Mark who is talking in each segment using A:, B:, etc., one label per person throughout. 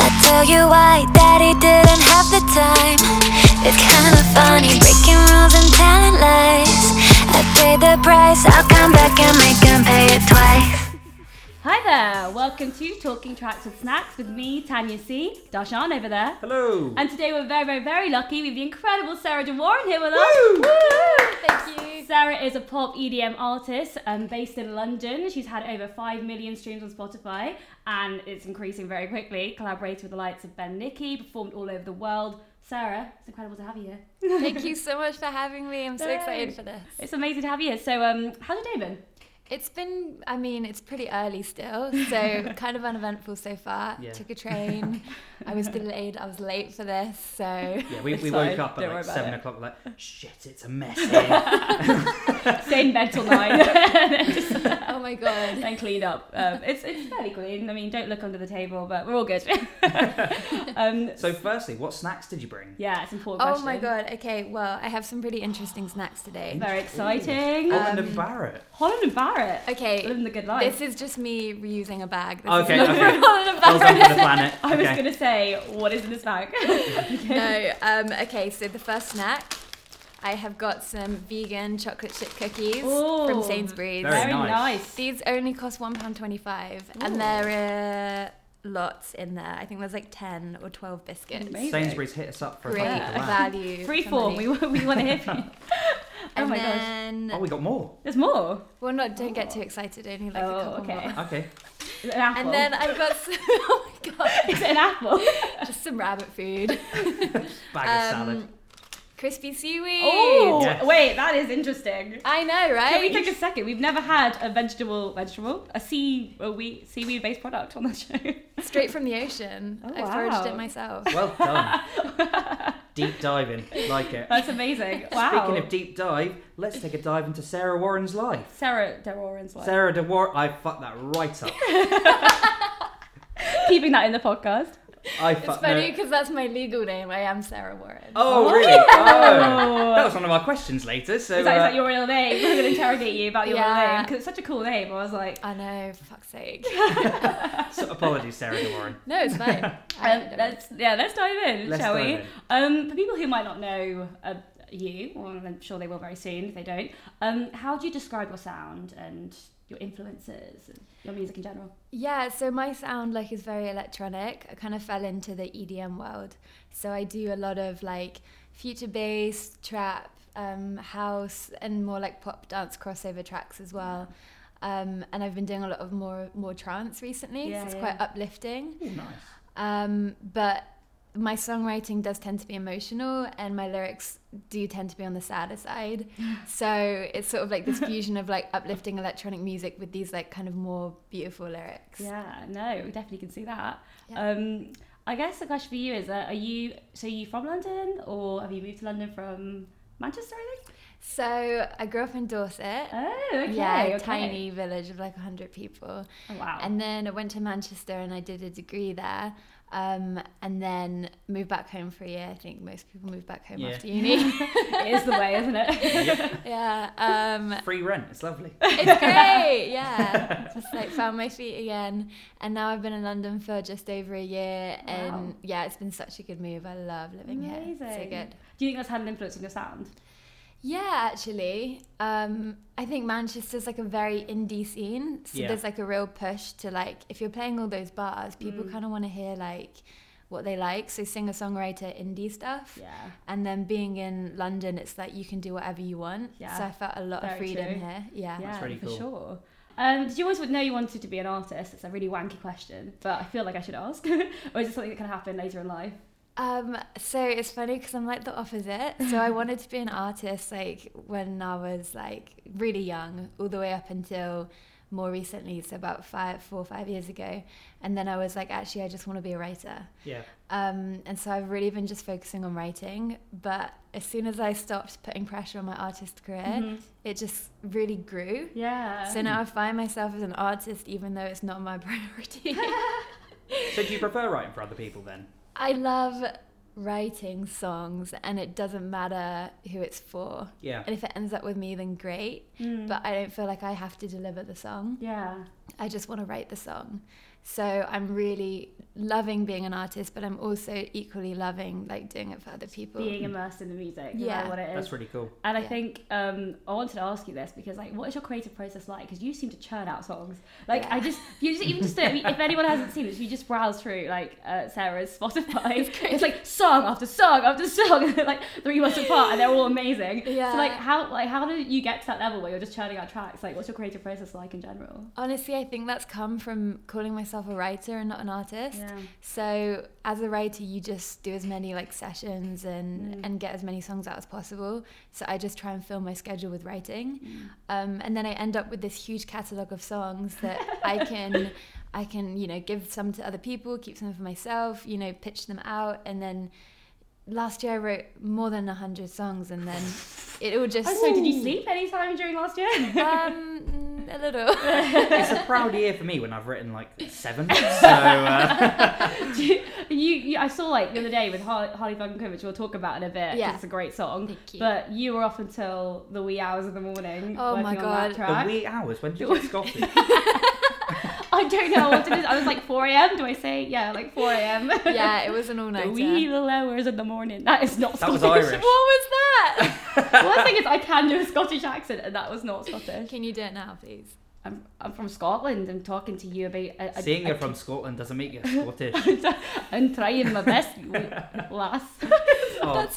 A: wonder why daddy didn't have the time. It's kinda funny, breaking rules and telling lies. I paid the price, I'll come back and make him pay it twice.
B: Hi there, welcome to Talking Tracks with Snacks with me, Tanya C. Darshan over there.
C: Hello.
B: And today we're very, very, very lucky with the incredible Sarah DeWarren here with us.
C: Woo!
B: Thank you. Sarah is a pop EDM artist um, based in London. She's had over 5 million streams on Spotify and it's increasing very quickly. Collaborated with the likes of Ben Nicky, performed all over the world. Sarah, it's incredible to have you here.
D: Thank you so much for having me. I'm so excited for this.
B: It's amazing to have you here. So, um, how's your day been?
D: It's been, I mean, it's pretty early still, so kind of uneventful so far.
C: Yeah.
D: Took a train. I was delayed. I was late for this, so
C: Yeah, we,
B: It's
C: we
B: fine,
C: woke up
B: don't
C: at
B: worry
C: like
B: about
C: seven
B: it.
C: o'clock. Like shit, it's a mess. Here.
B: Stay in bed till nine.
D: oh my god.
B: and clean up. Um, it's, it's fairly clean. I mean, don't look under the table, but we're all good. um,
C: so, firstly, what snacks did you bring?
B: yeah, it's an important.
D: Oh
B: question.
D: my god. Okay, well, I have some pretty interesting snacks today.
B: Very exciting. Um,
C: Holland and Barrett.
B: Holland and Barrett.
D: Okay,
B: Living the good life.
D: this is just me reusing a bag. This
C: Okay,
D: is not
C: okay.
D: from Holland and
C: I was
D: Barrett.
C: on the planet.
B: I was
C: Okay.
B: going to say, what is in this bag?
D: no. Um, okay, so the first snack, I have got some vegan chocolate chip cookies
B: Ooh.
D: from Sainsbury's.
C: Very nice.
D: These only cost one pound twenty-five,
B: Ooh.
D: and there are lots in there. I think there's like ten or twelve biscuits.
B: Amazing.
C: Sainsbury's hit us up for a
D: Great
C: package. Wow.
D: value.
B: Free
D: for
B: form. We,
D: money.
B: we want to hear from you. Oh
D: and
B: my gosh.
D: then,
C: Oh, we got more.
B: There's more.
D: well, not don't get too excited. Only like
B: Oh,
D: a couple
B: okay.
D: more.
C: Okay.
B: An apple.
D: And then I've got some, oh my god,
B: is it an apple?
D: just some rabbit food,
C: Bag of salad.
D: Um, crispy seaweed.
B: Oh,
C: Yes.
B: wait, that is interesting.
D: I know, right?
B: Can we take a second? We've never had a vegetable, vegetable, a sea, a wheat, seaweed-based product on the show.
D: Straight from the ocean.
B: Oh,
D: I foraged
B: wow.
D: it myself.
C: Well done. deep diving. Like it.
B: That's amazing. Wow.
C: Speaking of deep dive, let's take a dive into Sarah Warren's life.
B: Sarah Deroran's life.
C: Sarah de Warren. I fucked that right up.
B: Keeping that in the podcast.
C: I
D: It's
C: fucked
D: funny
C: that.
D: because that's my legal name. I am Sarah Warren.
C: Oh, really? Oh. That was one of our questions later. So
B: Is that, is
C: uh,
B: that your real name? I'm going to interrogate you about your real
D: Yeah.
B: name because it's such a cool name. I was like,
D: I know, for fuck's sake.
C: so- apologies, Sarah de Warren.
D: No, it's fine. I
B: um,
D: don't know.
B: let's yeah, let's dive in,
C: Let's
B: shall
C: dive
B: we?
C: in.
B: Um, for people who might not know uh, you, or I'm sure they will very soon if they don't. Um, how do you describe your sound and your influences, and your music in general?
D: yeah, so my sound like is very electronic. I kind of fell into the EDM world. So I do a lot of like future bass, trap, um, house, and more like pop dance crossover tracks as well. Um, and I've been doing a lot of more more trance recently.
B: Yeah,
D: so it's
B: yeah.
D: quite uplifting.
C: Oh, nice.
D: Um, but my songwriting does tend to be emotional, and my lyrics do tend to be on the sadder side. so it's sort of like this fusion of like uplifting electronic music with these like kind of more beautiful lyrics.
B: Yeah, no, we definitely can see that.
D: Yeah.
B: Um, I guess the question for you is: uh, Are you so you from London, or have you moved to London from Manchester? I think.
D: So I grew up in Dorset.
B: Oh, okay.
D: yeah, a
B: okay.
D: tiny village of like 100 people.
B: Oh, wow.
D: And then I went to Manchester and I did a degree there. Um, and then moved back home for a year. I think most people move back home
C: Yeah.
D: after uni.
B: it is the way, isn't it?
C: Yep.
D: yeah. Um,
B: Uh,
C: Free rent. It's lovely.
D: It's great, yeah. just like found my feet again, and now I've been in London for just over a year, and
B: Wow.
D: yeah, it's been such a good move. I love living here. It's
B: Amazing.
D: so good.
B: Do you think that's had an influence on your sound?
D: Yeah, actually, um, I think Manchester's like a very indie scene, so
C: Yeah.
D: there's like a real push to like if you're playing all those bars, people
B: Mm.
D: kind of want to hear like what they like, so singer songwriter indie stuff.
B: Yeah.
D: And then being in London, it's like you can do whatever you want.
B: Yeah.
D: So I felt a lot
B: Very
D: of freedom
B: true.
D: here. Yeah.
B: yeah,
C: really
B: for
C: cool.
B: sure. Um, did you always know you wanted to be an artist? It's a really wanky question, but I feel like I should ask. or is it something that can happen later in life?
D: Um, so it's funny because I'm like the opposite. So I wanted to be an artist like when I was like really young, all the way up until more recently, so about five, four or five years ago. And then I was like, actually, I just want to be a writer.
C: Yeah.
D: Um, and so I've really been just focusing on writing. But as soon as I stopped putting pressure on my artist career, it just really grew.
B: Yeah.
D: So now I find myself as an artist, even though it's not my priority.
C: So do you prefer writing for other people then?
D: I love writing songs and it doesn't matter who it's for.
C: Yeah.
D: And if it ends up with me,
B: Hmm.
D: then
B: Mm.
D: great. But I don't feel like I have to deliver the song.
B: yeah.
D: I just want to write the song. So I'm really loving being an artist, but I'm also equally loving like doing it for other people.
B: being immersed in the music, no
D: Yeah.
B: matter what it is.
C: hmm. That's really cool.
B: and I
D: Yeah.
B: think um, I wanted to ask you this because, like, what is your creative process like? Because you seem to churn out songs. Like, I
D: Yeah.
B: just you just even just I mean, if anyone hasn't seen this, you just browse through like uh, Sarah's Spotify. it's, like song after song after song, and they're, like three months apart, and they're all amazing.
D: Yeah.
B: So like, how like how did you get to that level where you're just churning out tracks? Like, what's your creative process like in general?
D: Honestly, I think that's come from calling myself a writer and not an artist. So as a writer, you just do as many like sessions and
B: Mm.
D: and get as many songs out as possible. So I just try and fill my schedule with writing,
B: Mm.
D: um, and then I end up with this huge catalog of songs that I can. I can, you know, give some to other people, keep some for myself, you know, pitch them out, and then last year I wrote more than hundred songs, and then it all just
B: Oh, so did you sleep any time during last year?
D: Um, mm, a little.
C: It's a proud year for me when I've written like seven. So uh,
B: you, you, I saw like the other day with Harley, Harley Funkin, which we'll talk about in a bit. 'cause
D: Yeah.
B: it's a great song.
D: Thank you.
B: But you were off until the wee hours of the morning.
D: Oh
B: working
D: my
B: On that
D: God.
C: the
B: track.
C: wee hours. When did you get Scottish?
B: I don't know what it is. I was like 4 a.m. Do I say yeah, like 4 a.m.
D: yeah, it was an all-nighter.
B: the wee little hours in the morning. That is not
C: That was
B: Scottish.
D: What
C: Irish.
D: was that?
B: One thing is, I can do a Scottish accent, and that was not Scottish.
D: Can you do it now, please?
B: I'm, I'm from Scotland. and talking to you about a, a,
C: Seeing
B: a
C: you're from Scotland doesn't make you Scottish.
B: I'm trying my best, you lass.
C: Oh,
D: That's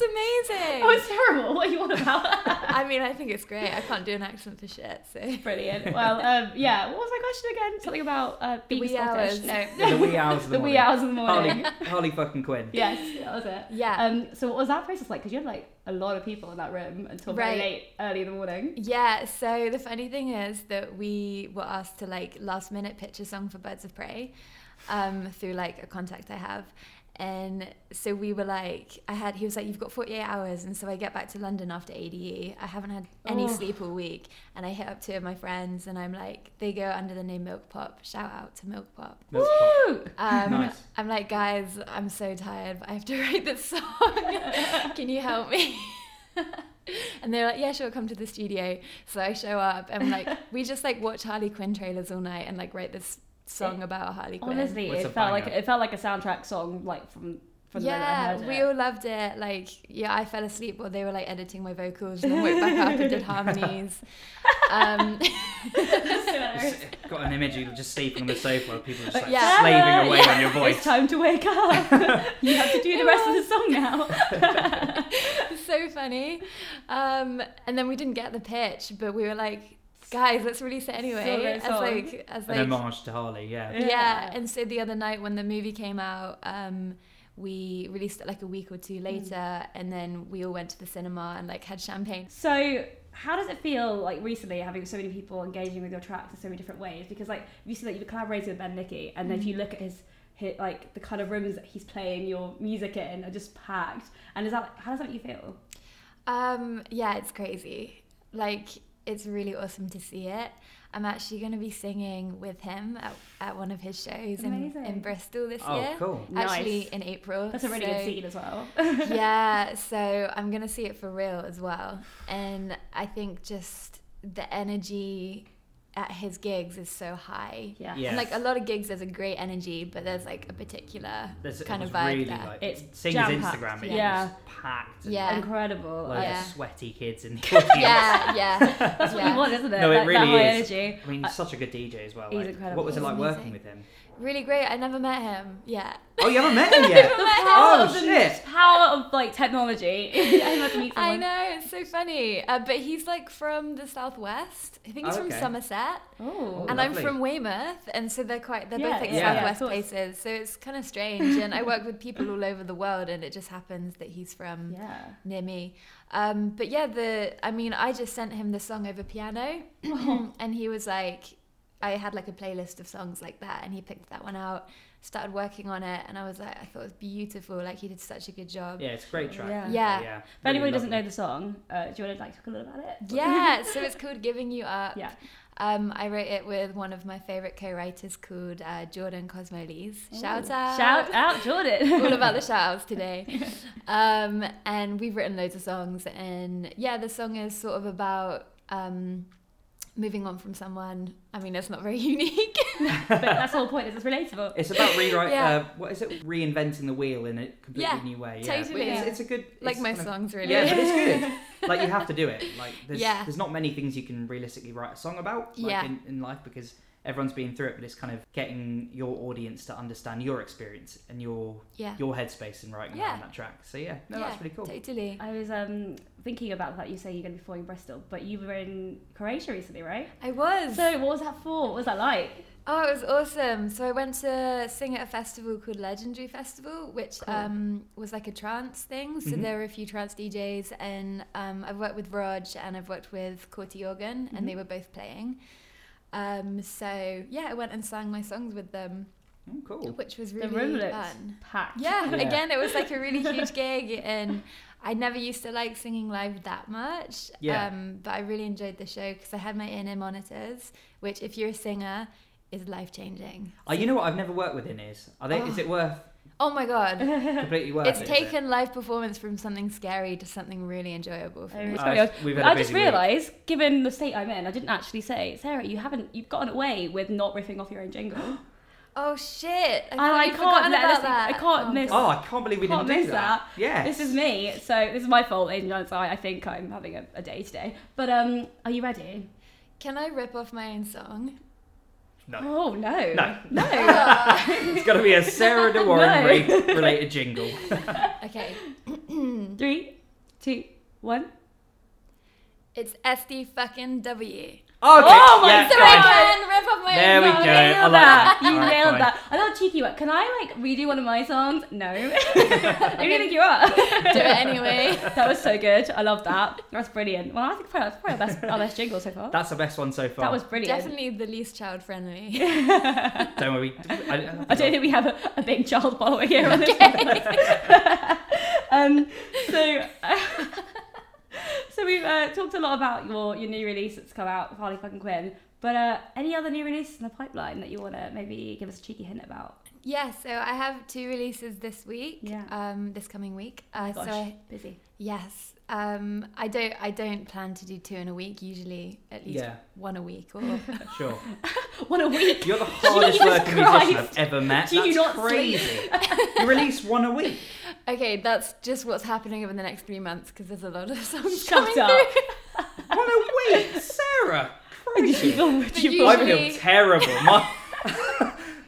B: That
D: amazing.
B: was terrible. What are you on about?
D: I mean, I think it's great. I can't do an accent for shit, so.
B: Brilliant. Well, um, yeah. What was my question again? Something about uh, being
D: wee
B: Scottish.
D: hours.
B: No,
C: the wee hours. Of the,
B: the wee
C: morning.
B: hours in the morning.
C: Harley, Harley fucking Quinn.
B: yes, that was it.
D: Yeah.
B: Um, so what was that process like? Because you had like a lot of people in that room until very
D: Right.
B: late, early in the morning.
D: yeah, so the funny thing is that we were asked to like last minute pitch a song for Birds of Prey um, through like a contact I have. And so we were like, I had, he was like, you've got 48 hours. And so I get back to London after ADE. I haven't had any
B: Oh.
D: sleep all week. And I hit up two of my friends and I'm like, they go under the name Milk Pop. Shout out to Milk Pop.
C: Milk Pop.
B: Woo!
D: Um,
C: Nice.
D: I'm like, guys, I'm so tired, but I have to write this song. Can you help me? and they're like, yeah, sure, come to the studio. So I show up and like, we just like watch Harley Quinn trailers all night and like write this song about Harley Quinn.
B: Honestly,
C: It's
B: it
C: a
B: felt like
C: banger.
B: it felt like a soundtrack song, like from from
D: yeah,
B: the moment I heard
D: we
B: it.
D: all loved it. Like, yeah, I fell asleep while they were like editing my vocals and then woke back up and did harmonies. Um,
C: It's got an image you just sleeping on the sofa where people are just like
D: Yeah.
C: slaving away
B: Yeah.
C: on your
B: It's
C: voice.
B: time to wake up. you have to do the rest of the song now.
D: so funny. Um, and then we didn't get the pitch, but we were like, guys, let's release
B: So
D: it anyway.
B: great
D: As
B: song.
D: like, as
C: An
D: like,
C: homage to Harley, yeah.
D: yeah.
B: Yeah.
D: And so the other night when the movie came out, um, we released it like a week or
B: Mm.
D: two later, and then we all went to the cinema and like had champagne.
B: So, how does it feel like recently having so many people engaging with your tracks in so many different ways? Because like you see that you've collaborated with Ben Nicky, and if you
D: Mm-hmm.
B: look at his hit like the kind of rooms that he's playing your music in are just packed. And is that how does that make you feel?
D: Um, yeah, it's crazy. Like, it's really awesome to see it. I'm actually going to be singing with him at, at one of his shows in,
B: Amazing.
D: in Bristol this
C: Oh,
D: year.
C: cool.
D: Actually,
B: Nice.
D: in April.
B: That's a really
D: So-
B: good scene as well.
D: yeah, so I'm gonna see it for real as well. And I think just the energy at his gigs is so high.
B: yeah.
C: Yeah.
D: And like a lot of gigs, there's a great energy, but there's like a particular
C: There's,
D: kind
C: it
D: of
C: was
D: vibe
C: really
D: there.
C: like
B: It's
C: seeing his
B: jam-packed,
C: Instagram, it
B: yeah.
C: was packed. and
D: Yeah.
B: Incredible.
C: Loads
B: Like,
D: Yeah.
C: of sweaty kids in the audience.
D: yeah, yeah.
B: That's what
D: yeah.
B: you want, isn't it?
C: No, it
B: Like, that
C: really
B: high
C: is.
B: energy.
C: I mean, he's such a good DJ as well.
B: Uh, He's
C: like,
B: incredible.
C: What was it
B: He's
C: like
D: amazing.
C: working with him?
D: Really great. I never met him. Yeah.
C: Oh, you haven't met him yet?
B: The power,
C: oh,
B: of the
C: shit.
B: power of like technology. I must meet
D: I
B: someone.
D: know it's so funny, uh, but he's like from the southwest. I think he's
C: Oh,
D: from
C: okay.
D: Somerset,
B: Oh.
D: and I'm
C: lovely.
D: from Weymouth, and so they're quite they're
B: Yeah,
D: both like
B: yeah, yeah, of
D: southwest
B: course.
D: places. So it's kind of strange, and I work with people all over the world, and it just happens that he's from
B: yeah.
D: near me. Um, but yeah, the I mean, I just sent him the song over piano,
B: Oh.
D: and he was like, I had like a playlist of songs like that, and he picked that one out, started working on it, and I was like, I thought it was beautiful. Like he did such a good job.
C: Yeah, it's a great track.
B: Yeah.
D: Yeah.
C: yeah.
B: If anybody doesn't know the song, uh, do you want to like talk a little about it?
D: Yeah, so it's called Giving You Up.
B: Yeah.
D: Um, I wrote it with one of my favorite co-writers called uh, Jordan Cosmolis. Shout out!
B: Shout out Jordan.
D: All about the shout outs today. Um, and we've written loads of songs, and yeah, the song is sort of about um, moving on from someone. I mean, it's not very unique.
B: but that's the whole point. Is it's relatable.
C: It's about rewrite.
D: Yeah.
C: uh, what is it? Reinventing the wheel in a completely
D: Yeah,
C: new way.
D: totally.
C: It's, it's a good.
D: like
C: it's
D: my
C: kind of-
D: songs, really.
C: Yeah, but it's good. like you have to do it. Like there's
D: Yeah.
C: there's not many things you can realistically write a song about. Like
D: Yeah.
C: in, in life because everyone's been through it, but it's kind of getting your audience to understand your experience and your
D: yeah.
C: your headspace in writing
D: Yeah.
C: around that track. So yeah, no,
D: Yeah,
C: that's pretty cool.
D: Totally.
B: I was um, thinking about that. You say you're going to be performing in Bristol, but you were in Croatia recently, right?
D: I was.
B: So what was that for? What was that like?
D: Oh, it was awesome. So I went to sing at a festival called Legendary Festival, which
B: Cool.
D: um, was like a trance thing. So
C: Mhm.
D: there were a few trance DJs, and um, I've worked with Raj and I've worked with Corti Jorgen, and they were both playing. Um, so yeah, I went and sang my songs with them,
C: Mm, cool.
D: which was
B: The
D: really
B: room looks
D: fun.
B: packed.
D: Yeah,
C: Yeah.
D: again, it was like a really huge gig, and I never used to like singing live that much.
C: Yeah.
D: Um, but I really enjoyed the show because I had my in ear monitors, which, if you're a singer, is life changing.
C: Oh, you know what? I've never worked with in ears. Are they? Is
D: Oh.
C: it worth
D: Oh my god.
C: completely worth?
D: It's
C: it, is it?
D: taken live performance from something scary to something really enjoyable for me.
B: It's
C: Uh,
B: very odd.
C: we've had a
B: I just
C: busy week.
B: realised, given the state I'm in, I didn't actually say, Sarah, you haven't, you've gotten away with not riffing off your own jingle.
D: Oh shit! I,
B: I,
D: thought
B: I
D: you'd
B: can't
D: forgotten
B: let
D: about
B: this.
D: that.
B: I can't
D: Oh,
B: miss.
C: Oh, I can't believe we
B: Can't
C: didn't
B: miss
C: do that.
B: that.
C: Yeah.
B: This is me. So this is my fault, ladies and gents. I, I think I'm having a, a day today. But um, are you ready?
D: Can I rip off my own song?
C: no.
B: Oh no.
C: No.
B: No.
C: It's got to be a Sarah de Warren re- related jingle.
D: Okay,
B: Three, two, one.
D: it's SD fucking W.
C: Okay.
B: Oh my
C: yeah,
D: So
B: God.
C: fine.
D: I can rip off my
C: There
D: own
C: we go.
D: song.
B: You
C: I
B: Oh, nailed
C: like
B: that.
C: that.
B: You
C: Alright,
B: nailed
C: fine.
B: that. I thought cheeky, but can I like redo one of my songs? No. Who do you think you are?
D: Do it anyway.
B: That was so good. I love that. That's brilliant. Well, I think probably, that's probably our best, our best jingle so far.
C: That's the best one so far.
B: that was brilliant.
D: Definitely the least child friendly.
C: Don't worry. I,
B: I don't think we have a, a big child follower here on this one. um, so, so we've uh, talked a lot about your, your new release that's come out, Harley Fucking Quinn. But uh, any other new releases in the pipeline that you want to maybe give us a cheeky hint about?
D: yeah, so I have two releases this week.
B: Yeah.
D: Um, this coming week. Uh, so
B: Gosh,
D: I,
B: busy.
D: yes. Um, I don't. I don't plan to do two in a week. Usually, at least
C: Yeah.
D: one a week. Or
C: Sure.
B: What a week.
C: You're the hardest
B: Jesus
C: working musician
B: Christ.
C: I've ever met.
B: Do
C: That's
B: you not
C: crazy. you release one a week.
D: okay, that's just what's happening over the next three months because there's a lot of songs
B: Shut
D: coming
B: up.
D: through.
C: One a week, Sarah. Crazy.
B: You've- you've-
D: you-
C: I
D: Usually-
C: feel terrible. My,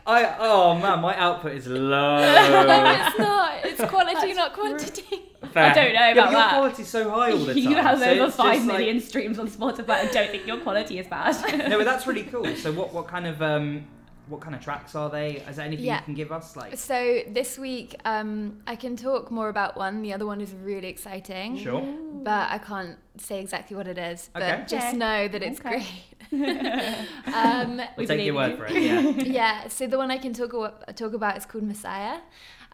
C: I oh man, my output is low.
D: it's not. It's quality, not quantity.
C: Fair.
B: I don't know
C: Yeah,
B: about
C: but your
B: that.
C: quality's so high all the time.
B: you have
C: so
B: over
C: it's
B: five
C: just like-
B: million streams on Spotify. I don't think your quality is bad.
C: no, but that's really cool. So what what kind of um what kind of tracks are they? Is there anything
D: Yeah.
C: you can give us? Like
D: So this week, um, I can talk more about one. The other one is really exciting.
C: sure.
D: but I can't say exactly what it is. But
C: Okay.
D: just
B: Okay.
D: know that it's
B: Okay.
D: great. Um,
C: We'll
B: We
C: take your
B: believe
C: word
B: you.
C: for it. Yeah.
D: yeah, so the one I can talk, a- talk about is called Messiah.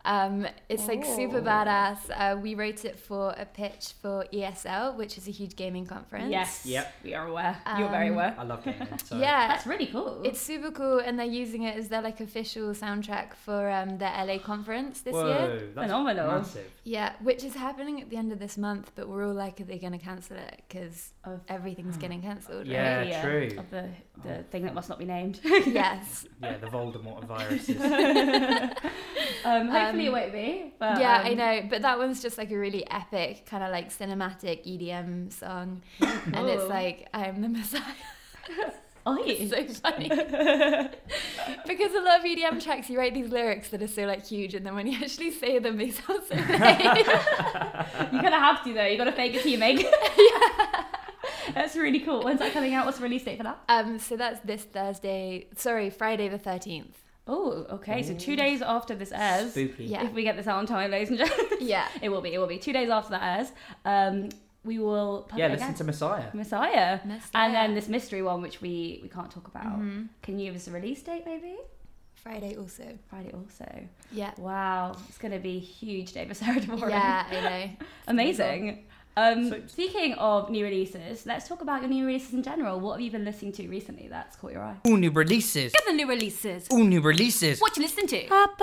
D: Um, it's like super
B: Oh.
D: badass. Uh, we wrote it for a pitch for ESL, which is a huge gaming conference.
B: Yes.
C: Yep.
B: We are aware. You're very
D: Um,
B: aware.
C: I love gaming. So
D: Yeah.
B: That's really cool.
D: it's super cool, and they're using it as their like official soundtrack for um, their LA conference this
C: Whoa,
D: year.
C: that's
B: Phenomenal.
C: Massive.
D: Yeah, which is happening at the end of this month, but we're all like, are they going to cancel it? Because
B: Of-
D: everything's getting cancelled.
C: Yeah.
B: Really, uh,
C: true. Oh.
B: Of the, the thing that must not be named.
D: Right? yes.
C: Yeah, the Voldemort of viruses.
B: Um, hopefully
D: Um,
B: it won't be. But,
D: yeah,
B: um,
D: I know, but that one's just like a really epic kind of like cinematic EDM song, and it's
B: Cool.
D: like I'm the Messiah.
B: Oh,
D: It's so funny because a lot of EDM tracks you write these lyrics that are so like huge, and then when you actually say them, they sound so
B: you
D: vague.
B: kind of have to though. You got to fake it till you make it. That's really cool. When's that coming out? What's the release date for that?
D: um, so that's this Thursday. Sorry, Friday the thirteenth.
B: Oh, okay. So two days after this airs,
C: Spooky.
D: Yeah.
B: if we get this out on time, ladies and gentlemen,
D: Yeah.
B: it will be. It will be two days after that airs. Um, we will. pub
C: Yeah,
B: it
C: listen
B: again.
C: to Messiah.
B: Messiah.
D: Messiah. Mm-hmm.
B: And then this mystery one, which we, we can't talk about. Can you give us a release date, maybe?
D: Friday also.
B: Friday also.
D: Yeah.
B: Wow, it's going to be a huge day for Sarah DeVore.
D: Yeah, I know.
B: Amazing. Um,
C: So-
B: speaking of new releases, let's talk about your new releases in general. What have you been listening to recently that's caught your eye?
C: All new releases.
B: The new releases.
C: All new releases.
B: What you listen to?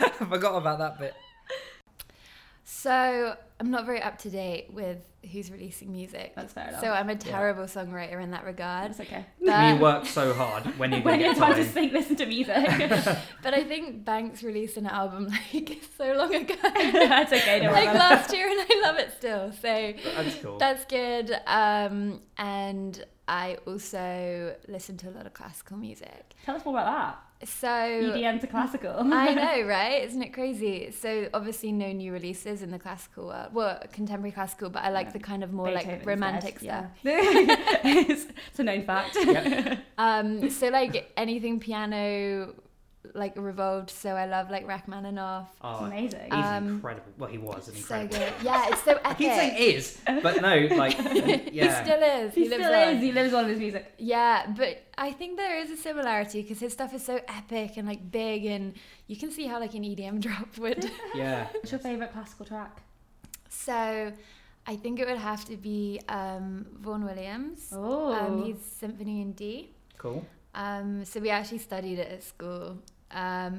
C: I forgot about that bit.
D: So I'm not very up to date with who's releasing music.
B: That's fair enough.
D: So I'm a terrible songwriter in that regard.
B: That's okay.
D: But,
C: you work so hard when you
B: Um, when
C: get
B: you're
C: time.
B: trying to sing, listen to music.
D: but I think Banks released an album like so long ago.
B: That's okay, don't worry
D: like
B: about it.
D: last year and I love it still. So
C: That's cool.
D: that's good. Um, and I also listen to a lot of classical music.
B: Tell us more about
D: So
B: that. EDM to classical.
D: I know, right? Isn't it crazy? So obviously, no new releases in the classical world. Well, contemporary classical, but I like
B: Yeah.
D: the kind of more
B: Beethoven
D: like romantic
B: said, yeah.
D: stuff.
B: it's, it's a known fact.
C: Yep.
D: Um, so like anything piano, like revolved. So I love like Rachmaninoff.
C: Oh,
B: amazing.
C: He's an
D: Um,
C: incredible. Well, he was an
D: So
C: incredible.
D: good. Yeah, it's so
C: I
D: epic.
C: keep saying is, but no, like, yeah.
D: He still is.
B: He,
D: lives
B: still
D: on.
B: is. He lives on his music.
D: Yeah, but I think there is a similarity because his stuff is so epic and like big, and you can see how like an EDM drop would.
C: yeah.
B: What's your favourite classical track?
D: so, I think it would have to be um, Vaughan Williams.
B: Oh,
D: Um, he's Symphony in D.
C: Cool.
D: Um, so we actually studied it at school, um,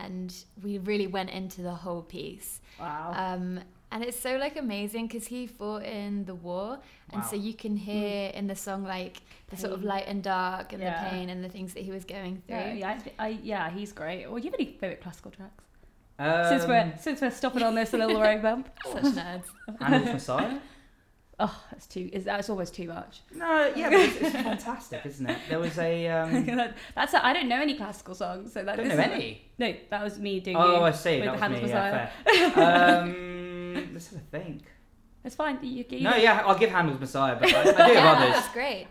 D: and we really went into the whole piece.
B: wow.
D: Um, and it's so like amazing because he fought in the war, and so
C: Wow.
D: you can hear in the song like the sort of
B: Hmm. Pain.
D: light and dark and
B: Yeah.
D: the pain and the things that he was going through.
B: yeah, yeah, I, thi- I, yeah, he's great. Well, do you have any favourite classical tracks?
C: Um,
B: since we're since we're stopping on this little road bump.
D: Such nerds.
C: Um, Animals Messiah?
B: Oh, that's too. Is that's almost too much?
C: No, yeah, but it's, it's fantastic, isn't it? There was a. Um,
B: that's. I I don't know any classical songs, so that
C: don't know
B: this is-
C: any.
B: No, that was me doing.
C: Oh,
B: you
C: I see.
B: with
C: That was
B: Hands
C: me.
B: Messiah.
C: Yeah, fair. um, let's have a think.
B: It's fine. You, you,
C: No, yeah, I'll give Handel's Messiah, but I, I do
D: Yeah,
C: have others.
D: that's great.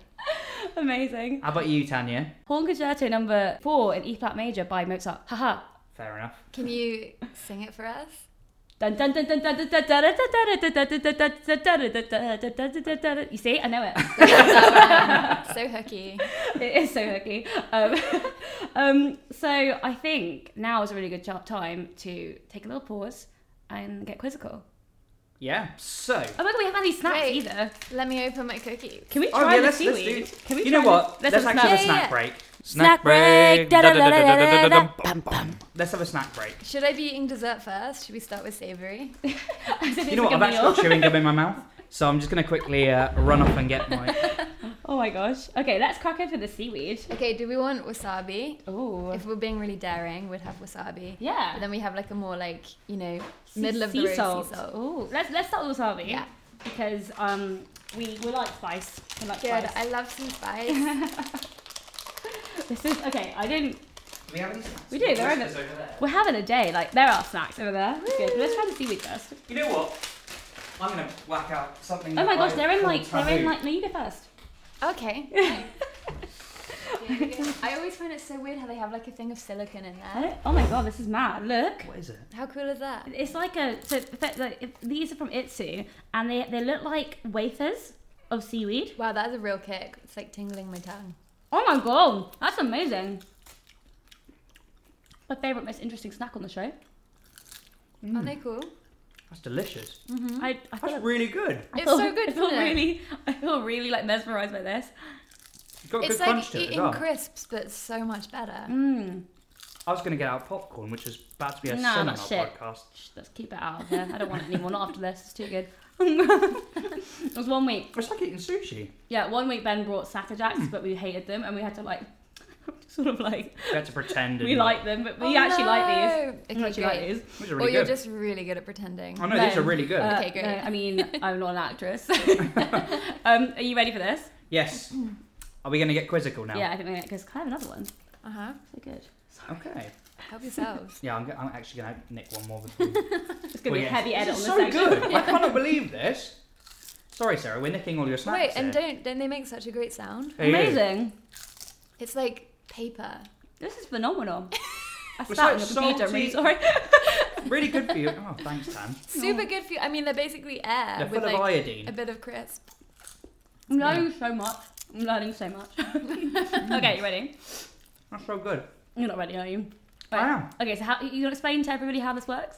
B: amazing.
C: How about you, Tanya?
B: Horn Concerto Number Four in E flat major by Mozart. Haha.
C: Fair enough.
D: Can you sing it for us?
B: Dun dun dun dun dun dun dun dun dun dun dun dun dun dun dun dun dun dun dun dun dun dun. You see, I know it.
D: so hooky.
B: It is so hooky. Um, um, so I think now is a really good jo- time to take a little pause and get quizzical.
C: Yeah. So.
B: Oh my god, we haven't had any snacks
D: Great.
B: either.
D: Let me open my cookies.
B: Can we
C: Oh
B: try
C: yeah,
B: the
C: let's, let's
B: seaweed?
C: do.
B: Can we
C: you
B: try
C: know what?
B: The, let's,
C: Let's,
B: have a
C: actually have a
D: snack.
C: snack break.
B: Snack break.
C: Da- da- da- da- da- da- da- da-
B: Da-da-da-da-da-da-da.
C: da- bum, bum. Let's have a snack break.
D: Should I be eating dessert first? Should we start with savory?
B: snack.
C: You know what? I've actually got chewing gum in my mouth, so I'm just gonna quickly uh, run off and get my.
B: Oh my gosh. Okay, let's crack open the seaweed.
D: Okay, do we want wasabi?
B: Oh.
D: If we're being really daring, we'd have wasabi. But
B: Yeah.
D: then we have like a more like, you know, middle of the road sea
B: salt.
D: salt.
B: Ooh, let's let's start with wasabi.
D: Yeah.
B: Because um we we like spice. We like
D: Good.
B: spice.
D: I love some spice.
B: This is okay. I didn't.
C: We have any snacks?
B: We do, they're in it.
C: over there.
B: We're having a day. Like there are snacks over there. Good. Let's try the seaweed first.
C: You know what? I'm gonna whack out something.
B: Oh my
C: that
B: gosh,
C: Mm, I
B: they're in
C: call
B: like they're in
C: taboo.
B: like. No, you go first.
D: okay. There we go. I always find it so weird how they have like a thing of silicon in
B: I
D: there.
B: don't, oh my god, this is mad. Look.
C: What is it?
D: How cool is that?
B: It's like a so the fact that if- these are from Itsu and they they look like wafers of seaweed.
D: Wow, that is a real kick. It's like tingling my tongue.
B: Oh my god, that's amazing. My favorite, most interesting snack on the show.
D: Mm-hmm. Aren't
C: Hmm.
D: they cool?
C: Mm, That's delicious.
B: I, I feel
C: That's
B: like-
C: really good.
B: I
D: It's
B: feel-
D: so good,
B: I feel
D: isn't it?
B: really, I feel really like mesmerized by this.
C: You've got a
D: It's
C: good
D: like
C: crunch
B: e-
C: to it as
D: eating
C: well.
D: crisps, but so much better.
B: Mm.
C: I was gonna get out popcorn, which is about to be a
B: Nah,
C: cinema
B: that's shit.
C: podcast.
B: Shh, Let's keep it out of there. I don't want it anymore. Not after this. It's too good. it was one week.
C: It's like eating sushi.
B: Yeah, one week Ben brought Sacker Jacks, but we hated them, and we had to like, sort of like,
C: You had to pretend.
B: we
C: and
B: like them, but we actually like these.
D: these.
B: We
D: Oh, Okay,
B: actually
D: great.
B: like these.
C: These are
D: or
C: really
D: you're
C: good.
D: just really good at pretending.
C: I know these are
B: Ben,
C: really good.
B: uh,
D: Okay, great.
B: no, I mean, I'm not an actress. um, are you ready for this?
C: yes. Are we gonna get quizzical now?
B: Yeah, I think we're because I have another one. So
D: Uh huh.
B: good.
C: Okay.
D: Help yourselves.
C: Yeah, I'm, go- I'm actually gonna nick one more. Before we-
B: It's gonna
C: Well,
B: be a
C: yeah.
B: heavy edit on
C: This
B: the
C: is
B: segment.
C: so good. I cannot believe this. Sorry, Sarah, we're nicking all your snacks.
D: Wait, and
C: here.
D: don't don't they make such a great sound?
C: They do.
B: Amazing.
D: It's like paper.
B: This is phenomenal. I
C: We're
B: spat
C: so
B: on your computer. I'm really sorry.
C: salty. Really good for you. Oh, thanks, Tan.
D: Super good for you. I mean, they're basically air
B: Uh,
C: They're
D: with
C: full of
D: like a
C: iodine.
D: bit of crisp.
B: I'm learning so much. I'm learning so much. okay, you ready?
C: That's so good.
B: You're not ready, are you?
C: I am.
B: Okay, so how you gonna explain to everybody how this works?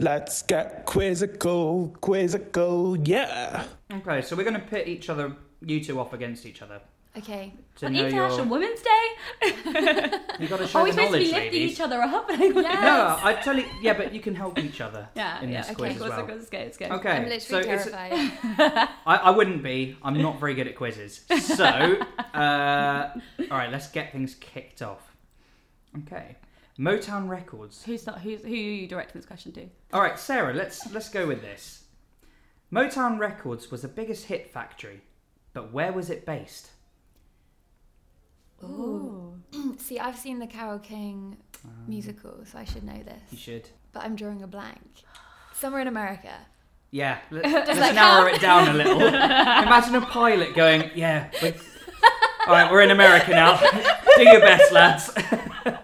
E: Let's get quizzical, quizzical, yeah.
C: Okay, so we're gonna pit each other, you two, off against each other.
D: Okay.
C: To
B: On
C: know your-
B: International Women's Day.
C: You got to show
B: Are we supposed to be
C: the knowledge,
B: lifting
C: ladies.
B: each other up?
C: No, I tell you. Yeah, but you can help each other.
B: Yeah,
C: in
B: yeah,
C: this
D: okay.
B: Of
C: quiz as
B: course,
C: well.
B: of course, it's good, it's good.
C: Okay,
D: I'm literally
C: so it's,
D: terrified.
C: I, I wouldn't be. I'm not very good at quizzes. So, uh, all right, let's get things kicked off. Okay, Motown Records.
B: Who's not, who's, who are you directing this question to?
C: All right, Sarah, let's let's go with this. Motown Records was the biggest hit factory, but where was it based?
D: Ooh. See, I've seen the Carol King
C: Um,
D: musical, so I should know
C: You
D: this.
C: should.
D: But I'm drawing a blank. Somewhere in America.
C: Yeah, let, let's narrow it down a little. Imagine a pilot going, "Yeah, we're... all right, we're in America now. Do your best, lads."
D: oh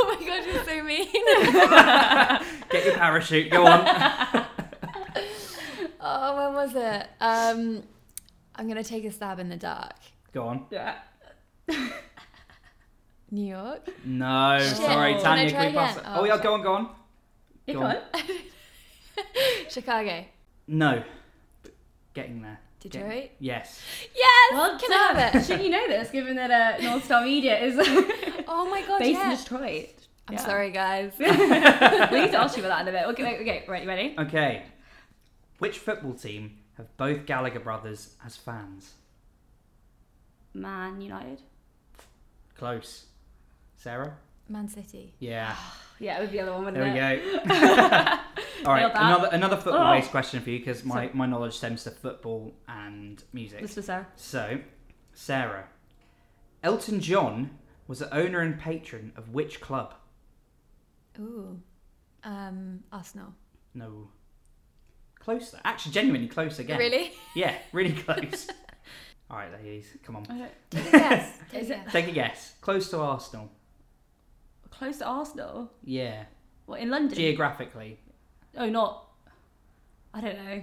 D: my god, you're so mean.
C: Get your parachute. Go on.
D: oh, when was it? Um, I'm gonna take a stab in the dark.
C: Go on.
B: Yeah.
D: New York.
C: No,
D: Shit.
C: sorry,
B: Can I
C: Tanya.
D: try
C: Can we pass it?
D: again? Oh,
C: Oh, yeah,
D: sorry.
C: go on, go on.
B: You
C: Go
B: go
C: on.
B: on.
D: Chicago.
C: No, getting there. Getting-
D: Detroit.
C: Yes.
D: Yes.
B: Well,
D: can I have it?
B: Shouldn't you know this, given that uh, North Star Media is
D: Oh my god,
B: based in
D: yeah.
B: Detroit?
D: I'm
B: Yeah.
D: sorry, guys.
B: we need to ask you about that in a bit. Okay, okay, okay. right, you ready?
C: Okay. Which football team have both Gallagher brothers as fans?
B: Man United.
C: Close. Sarah.
D: Man City.
C: Yeah.
B: Yeah, it would be the other one,
C: There
B: wouldn't
C: we
B: it?
C: go. All right,
B: Nailed that.
C: another another football-based
B: Oh.
C: question for you because my, my knowledge stems to football and music.
B: This was Sarah.
C: So, Sarah, Elton John was the owner and patron of which club?
D: Ooh. Um, Arsenal.
C: No. Close though. Actually, genuinely close again.
D: Really?
C: Yeah, really close. All right, ladies, come on.
D: yes.
B: Is it-
C: Take a guess. Close to Arsenal.
B: Close to Arsenal.
C: Yeah.
B: What, in London?
C: Geographically.
B: oh, not. I don't know.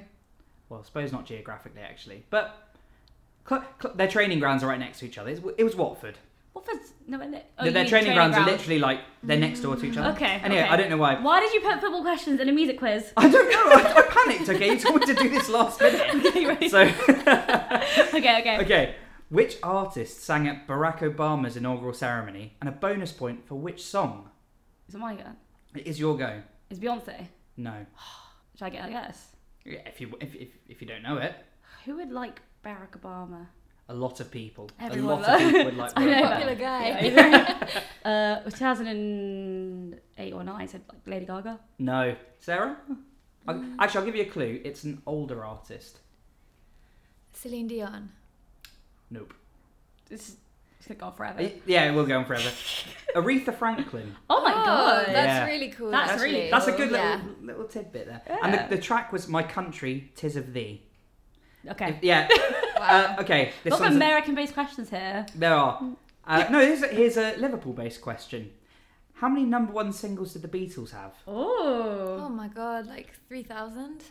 C: Well, I suppose not geographically, actually. But cl- cl- their training grounds are right next to each other. It's, it was Watford.
B: What was. No, no, oh,
C: Their-
B: you
C: their
B: mean
C: training, grounds, are literally like, they're next door to each other.
B: Okay,
C: Anyway,
B: okay.
C: I don't know why.
B: Why did you put football questions in a music quiz?
C: I don't know. I, I panicked, okay? You told me to do this last minute.
B: okay, ready?
C: So,
B: okay, okay.
C: okay. Which artist sang at Barack Obama's inaugural ceremony? And a bonus point for which song?
B: Is it my go?
C: It is your go.
B: Is Beyonce?
C: No.
B: Should I get a guess?
C: Yeah, if you if, if, if you don't know it,
B: Who would like Barack Obama?
C: a lot of people,
B: Everyone
C: a lot of
B: loves-
C: people would like.
B: I know
C: Barack
B: that.
C: Obama.
D: Popular guy.
B: uh, 2008 or 9 said like Lady Gaga.
C: No, Sarah. I'll-
B: Mm.
C: Actually, I'll give you a clue. It's an older artist.
D: Celine Dion.
C: Nope.
B: It's, it's gonna go on forever.
C: Uh, Yeah, we'll go on forever. Aretha Franklin.
B: oh my god!
D: That's
C: Yeah.
D: really cool.
B: That's
D: actually.
B: really
C: That's a good little
D: Yeah.
C: little tidbit there.
B: Yeah.
C: And the, the track was "My Country, Tis of Thee."
B: okay,
C: Yeah.
D: Wow.
C: Uh, okay. This
B: lot of
C: one's a-
B: American-based questions here.
C: there are. Uh, no, here's a, here's a Liverpool-based question. How many number one singles did the Beatles have?
D: Oh
B: Oh,
D: my god, like 3,000?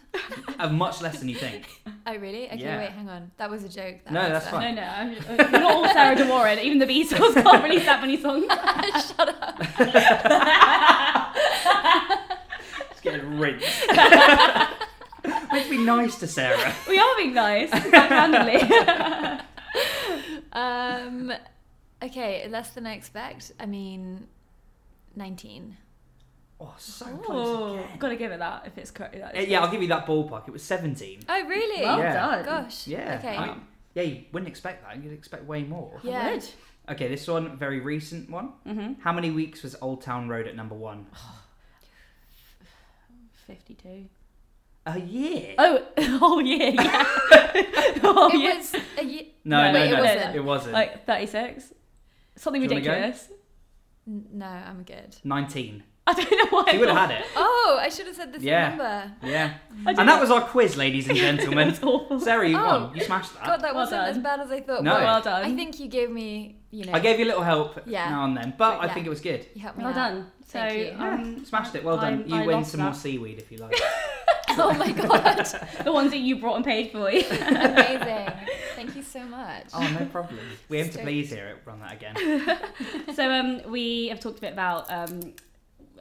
C: Uh, much less than you think.
D: Oh, really? Okay,
C: Yeah.
D: wait, hang on. That was a joke. That
C: No,
D: was
C: that's
D: a-
C: fine.
B: no, no, I'm just- uh, not all Sarah De Warren. Even the Beatles can't release that many songs.
C: It's getting rinsed. Let's be nice to Sarah.
B: we are being nice, randomly.
D: Um, okay, less than I expect. I mean, 19.
C: Oh, so close
B: oh,
C: again.
B: gotta give it that if it's correct. that
C: Uh,
B: is
C: Yeah, I'll give you that ballpark. It was 17.
D: Oh, really?
B: Well
C: Yeah.
B: done.
D: Gosh.
C: Yeah.
D: Okay.
C: I mean, yeah, you wouldn't expect that. You'd expect way more.
D: yeah.
B: Good.
C: Okay, this one, very recent one.
B: Mhm.
C: How many weeks was Old Town Road at number one?
B: 52.
C: A year.
B: Oh, oh yeah, yeah. oh,
D: It
B: yeah.
D: was a ye-
C: No, no,
B: Wait, it
C: no,
B: wasn't.
C: It wasn't.
B: like 36. Something
C: Do you wanna go?
B: ridiculous.
D: N- No, I'm good.
C: 19.
B: I don't know why. I
C: You would
B: thought-
C: have had it.
D: Oh, I should have said this
C: Yeah.
D: number.
C: Yeah.
B: I
C: And that was our quiz, ladies and gentlemen.
B: That's awful.
C: Sarah, you
D: Oh.
C: won. You smashed that.
D: God, that
B: Well
D: wasn't
B: done.
D: as bad as I thought.
C: No.
D: Well,
B: Well done.
D: I think you gave me, you know,
C: I gave you a little help
D: Yeah.
C: now and then, but
D: But
C: I
D: yeah.
C: think it was good.
D: you helped me
B: well
D: out.
B: done. So
D: Thank you.
C: Yeah,
B: um,
C: smashed it. Well done.
B: I'm-
C: you
B: I
C: win
B: lost
C: some more
B: that.
C: seaweed if you like.
D: Oh my god,
B: The ones that you brought and paid for.
D: amazing. Thank you so much.
C: oh, no problem. We aim to
D: Stoked.
C: please here. Run that again.
B: so um, we have talked a bit about um,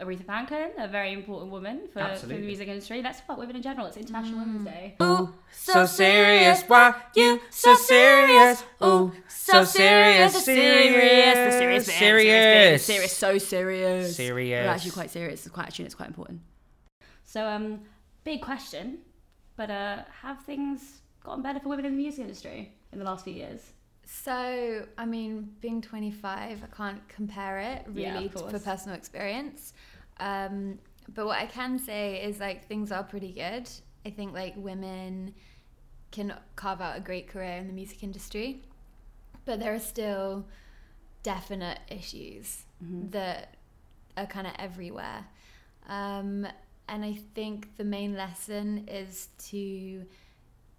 B: Aretha Franklin, a very important woman for, for the
C: Absolutely.
B: music industry. Let's fuck women in general. It's International Women's Day.
A: Ooh,
F: Mm. so serious. Why you so serious? Ooh, so serious.
A: The serious,
F: the serious, band,
C: Serious.
F: serious, band, serious, so serious.
C: Serious.
F: We're actually quite serious. It's quite actually it's quite important.
B: So, um, big question, but uh, have things gotten better for women in the music industry in the last few years?
D: So, I mean, being 25, I can't compare it really
B: Yeah, of
D: to- for
B: course.
D: personal experience. Um, but what I can say is like things are pretty good. I think like women can carve out a great career in the music industry, but there are still definite issues
C: Mm-hmm.
D: that are kind of everywhere. Um, and I think the main lesson is to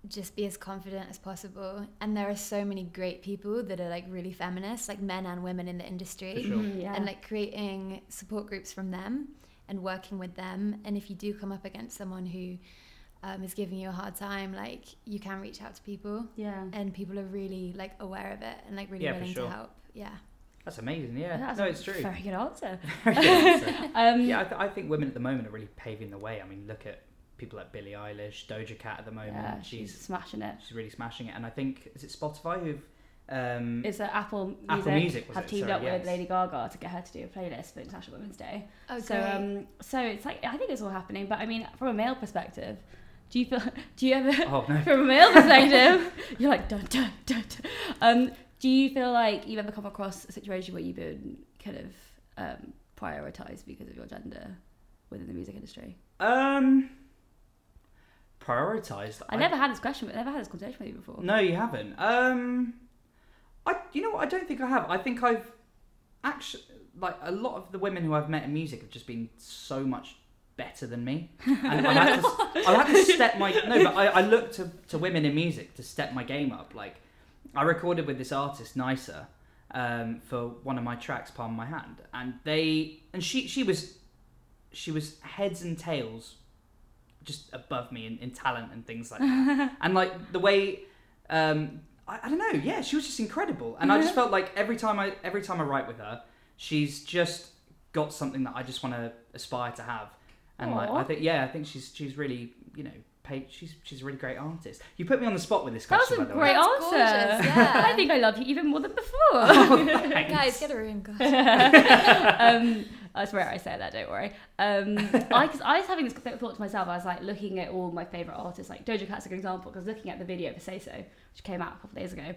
D: just be as confident as possible. And there are so many great people that are like really feminist, like men and women in the industry,
C: For sure.
B: Mm-hmm, Yeah.
D: and like creating support groups from them and working with them. And if you do come up against someone who um, is giving you a hard time, like you can reach out to people,
B: yeah.
D: and people are really like aware of it and like really
C: Mm-hmm. Yeah, for
D: willing
C: sure.
D: to help. Yeah.
C: That's amazing. Yeah,
B: That's
C: no,
B: a
C: it's true.
B: Very good answer.
C: um,
B: Mm.
C: yeah, I, th- I think women at the moment are really paving the way. I mean, look at people like Billie Eilish, Doja Cat at the moment.
B: Yeah,
C: she's
B: she's smashing it.
C: she's really smashing it. And I think is it Spotify who've um,
B: It's that Apple Music,
C: Apple Music, was
B: have
C: it?
B: teamed
C: Sorry,
B: up
C: yes.
B: with Lady Gaga to get her to do a playlist for International Women's Day.
D: Oh,
B: so um, so it's like I think it's all happening. But I mean, from a male perspective, do you feel? Do you ever?
C: Oh, no.
B: From a male perspective, you're like dun dun dun. dun. Um, do you feel like you've ever come across a situation where you've been kind of um, prioritized because of your gender within the music industry?
C: um prioritized.
B: I, never had this question, but never had this conversation with you before.
C: No, you haven't. Um, I you know what? I don't think I have. I think I've actually like a lot of the women who I've met in music have just been so much better than me. And I've had to, I've had to step my no, but I, I look to to women in music to step my game up. Like I recorded with this artist, Nicer, um, for one of my tracks, Palm My Hand, and they and she she was she was heads and tails just above me in, in talent and things like that. and like the way um I, I don't know, yeah, she was just incredible. And I just
B: Uh-huh.
C: felt like every time I every time I write with her, she's just got something that I just want to aspire to have. And like
B: Aw.
C: I think yeah, I think she's she's really, you know, paid, she's she's a really great artist. You put me on the spot with this
B: That was
C: question
B: a
C: by the way.
B: great answer.
D: gorgeous, yeah.
B: I think I love you even more than before.
D: Guys, get a room, guys.
B: um, I swear I said that. Don't worry. Um, I, 'cause I was having this thought to myself. I was like looking at all my favorite artists, like Doja Cat's a good example. Because looking at the video for Say So, which came out a couple of days ago,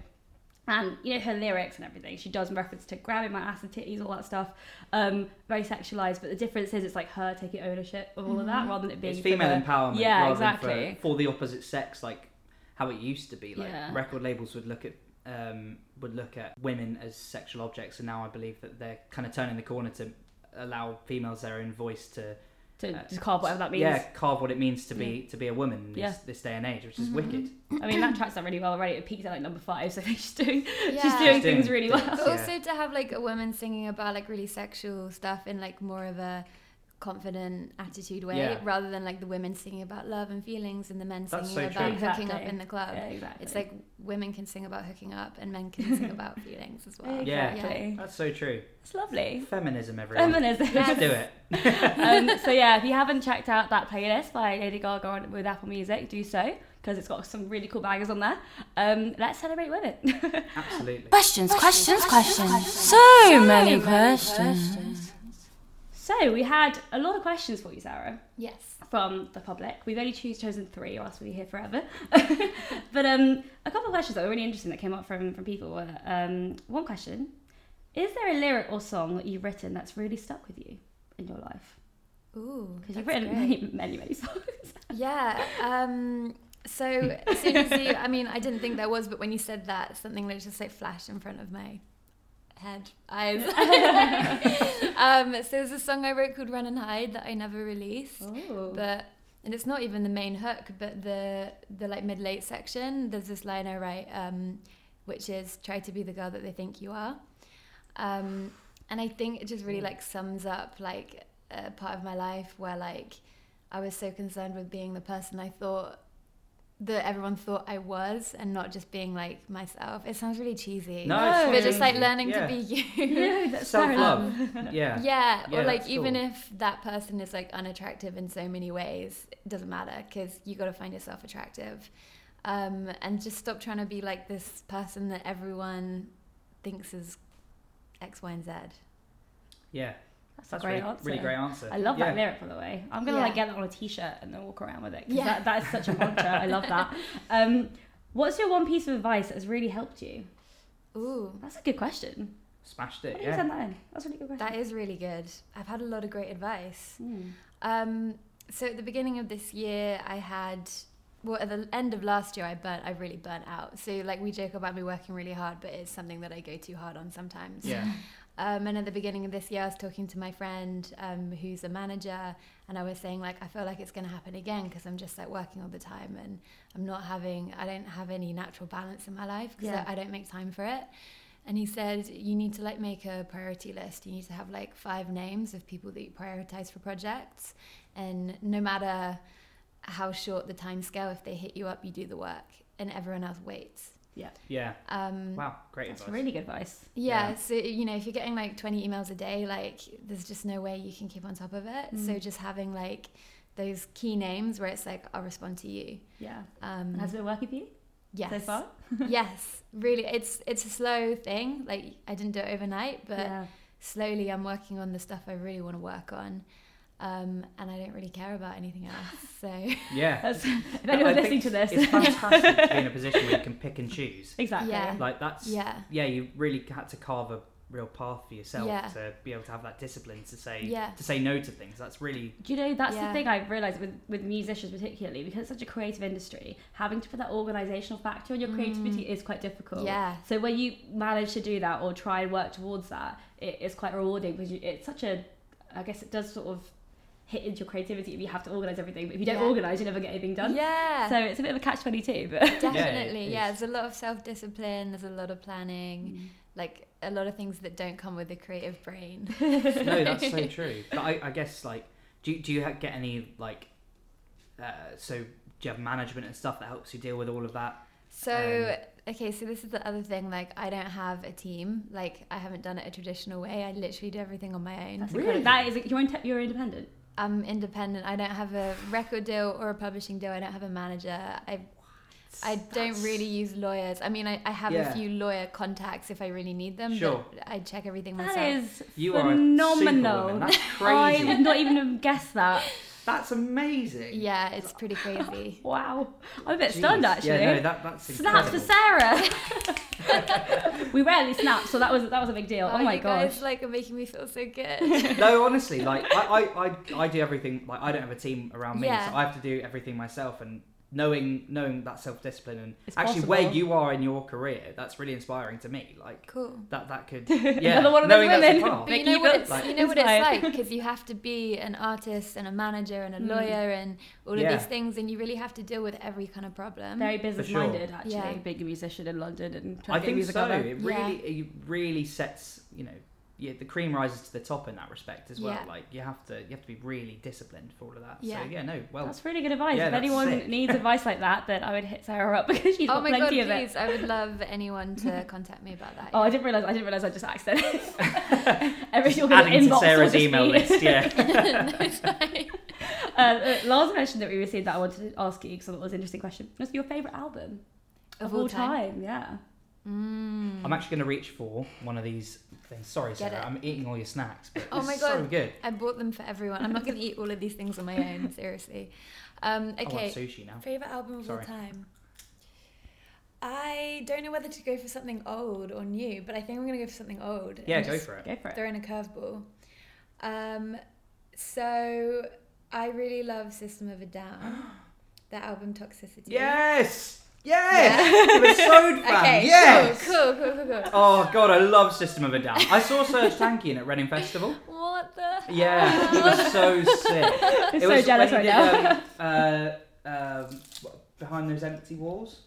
B: and you know her lyrics and everything, she does reference to grabbing my ass and titties, all that stuff. Um, very sexualized, but the difference is it's like her taking ownership of all of that rather than it being
C: Mm-hmm. It's
B: for
C: female
B: the-
C: empowerment
B: Yeah,
C: rather than for-
B: exactly.
C: for, the opposite sex like how it used to be like
B: Yeah.
C: record labels would look at um, would look at women as sexual objects and now I believe that they're kind of turning the corner to allow females their own voice to
B: To
C: uh,
B: just carve whatever that means.
C: yeah carve what it means to be to be a woman in this,
B: Yeah. Mm-hmm.
C: this day and age which is wicked
B: I mean that track's done really well already. It peaked at like number five, so I think she's doing she's
D: Yeah.
B: doing
C: She's doing
B: things really
C: things.
B: well.
D: But
C: Yeah.
D: also to have like a woman singing about like really sexual stuff in like more of a confident attitude way
C: Yeah.
D: rather than like the women singing about love and feelings and the men
C: That's
D: singing
C: so true.
D: about hooking up
B: Exactly.
D: in the club.
B: Yeah, exactly.
D: It's like women can sing about hooking up and men can sing about feelings as well.
C: Yeah.
B: exactly.
C: that's so true
B: It's lovely.
C: feminism everyone
B: Feminism.
C: let's do it
B: um, so yeah, if you haven't checked out that playlist by Lady Gaga on, with Apple Music, do so because it's got some really cool bangers on there. Um, let's celebrate women.
C: absolutely
F: Questions, questions, questions. So many questions.
B: so we had a lot of questions for you, Sarah,
D: Yes.
B: from the public. We've only choose, chosen three, or else we'll be here forever. but um, a couple of questions that were really interesting that came up from from people were um, one question: Is there a lyric or song that you've written that's really stuck with you in your life?
D: Ooh.
B: Because you've
D: that's
B: written
D: great.
B: many, many, many songs.
D: Yeah. Um, so as soon as you, I mean, I didn't think there was, but when you said that, something that just like flashed in front of my head, eyes. um, so there's a song I wrote called "Run and Hide" that I never released,
B: Oh.
D: but and it's not even the main hook, but the the like mid late section. There's this line I write, um, which is "Try to be the girl that they think you are," um, and I think it just really like sums up like a part of my life where like I was so concerned with being the person I thought that everyone thought I was and not just being like myself. It sounds really cheesy.
C: No, it's
D: But just like
C: cheesy.
D: learning
C: Yeah.
D: to be you.
B: that's
C: Self
B: fair enough.
C: love. Yeah.
D: Yeah,
C: Yeah,
D: or like
C: that's
D: even
C: cool.
D: if that person is like unattractive in so many ways, it doesn't matter because you got to find yourself attractive, um, and just stop trying to be like this person that everyone thinks is X, Y, and Z.
C: Yeah.
B: That's,
C: That's
B: a great
C: really,
B: answer.
C: really great answer.
B: I love
C: Yeah.
B: that lyric, by the way. I'm gonna
D: Yeah.
B: like get that on a t-shirt and then walk around with it. 'cause
D: Yeah.
B: that, that is such a mantra. I love that. Um, what's your one piece of advice that has really helped you?
D: Ooh,
B: That's a good question.
C: Smashed
B: Why
C: it.
B: don't you
C: Yeah.
B: send that in? That's a really good
D: that
B: question.
D: is really good. I've had a lot of great advice.
B: Mm.
D: Um, so at the beginning of this year, I had well at the end of last year, I burnt. I really burnt out. So like we joke about me working really hard, but it's something that I go too hard on sometimes.
C: Yeah.
D: Um, and at the beginning of this year, I was talking to my friend um, who's a manager, and I was saying like I feel like it's going to happen again because I'm just like working all the time and I'm not having I don't have any natural balance in my life because
B: Yeah.
D: I, I don't make time for it. And he said you need to like make a priority list. You need to have like five names of people that you prioritize for projects, and no matter how short the time scale, if they hit you up, you do the work, and everyone else waits.
C: Yeah.
D: Um,
C: Wow. Great
B: That's
C: advice.
B: really good advice.
D: yeah,
C: Yeah.
D: so you know, if you're getting like 20 emails a day, like there's just no way you can keep on top of it. So
B: Mm.
D: just having like those key names where it's like I'll respond to you.
B: Yeah.
D: Um,
B: And Has it been working for you
D: yes,
B: so far?
D: yes, really, it's it's a slow thing. Like I didn't do it overnight, but
B: yeah.
D: slowly I'm working on the stuff I really want to work on, um, and I don't really care about anything else. So
C: Yeah.
B: That's, if
C: I
B: anyone's
C: think
B: listening to this,
C: It's fantastic to be in a position where you can pick and choose.
B: exactly.
D: Yeah.
C: Like that's yeah.
D: yeah,
C: you really had to carve a real path for yourself
D: Yeah.
C: to be able to have that discipline to say
D: Yeah.
C: to say no to things. That's really
B: Do you know that's the
D: Yeah.
B: thing I've realised with, with musicians particularly because it's such a creative industry, having to put that organisational factor in your creativity is quite difficult.
D: Mm. Yeah.
B: So when you manage to do that or try and work towards that, it, it's quite rewarding because you, it's such a, I guess it does sort of hit into your creativity if you have to organise everything. But if you don't
D: Yeah.
B: organise, you never get anything done.
D: yeah.
B: So it's a bit of a catch twenty two, but
D: Definitely,
C: it
D: yeah.
C: is. Mm.
D: There's a lot of self discipline. There's a lot of planning, like a lot of things that don't come with the creative brain.
C: no, that's so um, true. But I, I guess like, do you, do you ha- get any like, uh, so do you have management and stuff that helps you deal with all of that?
D: So okay, so this is the other thing. Like, I don't have a team. Like, I haven't done it a traditional way. I literally do everything on my own.
B: that's incredible. that is you're, in, you're independent.
D: I'm independent. I don't have a record deal or a publishing deal. I don't have a manager. I I don't really use lawyers. I mean, I, I have
C: Yeah.
D: a few lawyer contacts if I really need them.
C: Sure.
D: But I check everything myself.
B: That is
C: You
B: phenomenal.
C: are a superwoman. That's
B: I would
C: crazy.
B: not even have guessed that.
C: that's amazing.
D: yeah, it's pretty crazy.
B: Wow, I'm a bit
C: Jeez.
B: stunned actually.
C: Yeah, no, that, that's
B: Snaps
C: incredible.
B: for Sarah. we rarely snap, so that was that was a big deal. Oh,
D: Wow,
B: my
D: you
B: gosh.
D: guys like are making me feel so good.
C: no, honestly, like I, I, I, I do everything. Like I don't have a team around me,
D: Yeah.
C: so I have to do everything myself. And knowing knowing that self discipline and
B: It's
C: actually where
B: possible.
C: you are in your career, that's really inspiring to me. Like
D: cool.
C: that that could yeah,
B: Another one of those
C: knowing that's the
B: women.
C: path.
D: But
B: Like,
D: you know
B: you
D: what
B: got,
D: it's,
C: like,
D: you know what it's
B: inspired.
D: like Mm. because you have to be an artist and a manager and a lawyer and all of
C: Yeah.
D: these things, and you really have to deal with every kind of problem.
B: Very business minded,
C: sure.
B: actually.
D: Yeah.
B: Big musician in London and trying
C: I
B: to get
C: think
B: music
C: so.
B: out there.
C: It really it really sets you know yeah the cream rises to the top in that respect as well.
D: Yeah.
C: Like you have to you have to be really disciplined for all of that.
D: Yeah.
C: So yeah, no, well
B: That's really good advice.
C: Yeah,
B: if
C: that's
B: anyone
C: sick.
B: needs advice like that, then I would hit Sarah up because she's
D: oh
B: got
D: my god,
B: plenty of it.
D: please! I would love anyone to contact me about that.
B: Oh, I didn't realize. I didn't realize I just accidentally every single
C: adding to
B: inbox
C: Sarah's
B: will just
C: email
B: be-
C: list. Yeah,
B: uh, uh, Lars mentioned that we received that. I wanted to ask you because I thought it was an interesting question. What's your favorite album
D: Of all time?
B: Yeah.
C: I'm actually going to reach for one of these things. Sorry,
D: Mm. Get
C: Sarah,
D: it.
C: I'm eating all your snacks, but
D: Oh
C: this
D: my
C: is so
D: God.
C: good.
D: I bought them for everyone. I'm not going to eat all of these things on my own. Seriously. Um,
C: I want
D: okay.
C: sushi now.
D: Favorite album of
C: Sorry.
D: all time. I don't know whether to go for something old or new, but I think I'm going to go for something old. and
C: Yeah,
D: just
C: go for it.
B: Go for it.
D: They're in a curveball. Um, so I really love System of a Down. That album Toxicity.
C: Yes, yes, the episode fan.
D: Okay.
C: yes.
D: Cool, cool, cool, cool, cool.
C: Oh god, I love System of a Down. I saw Serge Tankian at Reading Festival.
D: What the?
C: Yeah, he was so sick.
B: I'm
C: It
B: so
C: was
B: jealous right
C: when he
B: now.
C: did, um, uh, um, what, behind those empty walls.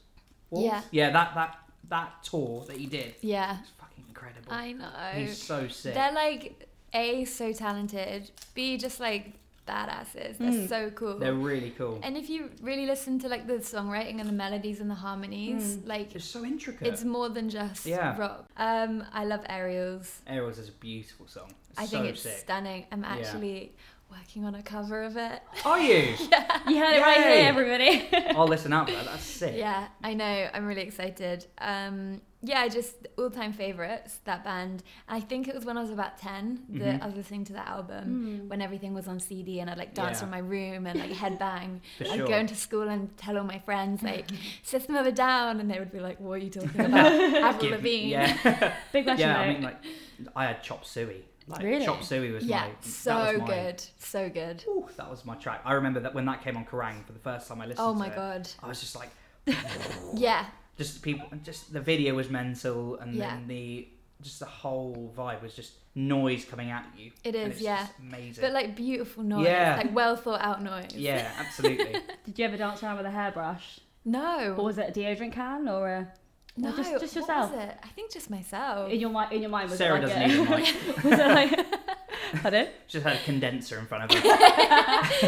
C: walls?
D: Yeah.
C: Yeah. That that that tour that he did.
D: Yeah.
C: It's fucking incredible.
D: I know.
C: He's so sick.
D: They're like A, so talented, B, just like badasses. They're so cool.
C: Mm. They're really cool.
D: and if you really listen to like the songwriting and the melodies and the harmonies, like
C: Mm. It's so intricate.
D: it's more than just
C: Yeah.
D: rock. Um, I love Aerials.
C: Aerials is a beautiful song. It's
D: I think
C: so
D: it's
C: sick.
D: stunning. I'm actually working on a cover of it.
C: Are you?
B: You heard it right
C: Yay!
B: here, everybody.
C: I'll listen out for that. That's sick.
D: Yeah, I know. I'm really excited. Um, yeah, just all time favorites, that band. I think it was when I was about 10 that
C: Mm-hmm.
D: I was listening to that album
B: Hmm.
D: when everything was on CD and I'd like dance
C: Yeah.
D: from my room and like headbang.
C: For
D: I'd
C: sure.
D: go into school and tell all my friends, like, System of a Down, and they would be like, What are you talking about? Avril
C: Give me-
D: Lavigne.
C: Yeah.
B: Big question
C: yeah.
B: though.
C: I mean, like, I had chop suey. Like,
B: Really?
C: Chop suey was
D: Yeah,
C: my. that was
D: so
C: my-
D: good. So good.
C: Ooh, that was my track. I remember that when that came on Kerrang for the first time. I listened.
D: Oh
C: to
D: my
C: it,
D: God.
C: I was just like,
D: Yeah,
C: just people, just the video was mental, and
D: Yeah.
C: then the just the whole vibe was just noise coming at you.
D: It
C: and
D: is,
C: it's
D: yeah.
C: just amazing.
D: but like beautiful noise,
C: Yeah.
D: like well thought out noise.
C: yeah, absolutely.
B: Did you ever dance around with a hairbrush?
D: No.
B: Or was it a deodorant can or a
D: no,
B: just- just
D: what
B: yourself?
D: was it? I think just myself.
B: in your mind in your mind was
C: Oh. Sarah
B: it like
D: uh,
C: doesn't
B: a,
C: need a mic.
B: was it like Pardon?
C: She just had a condenser in front of her.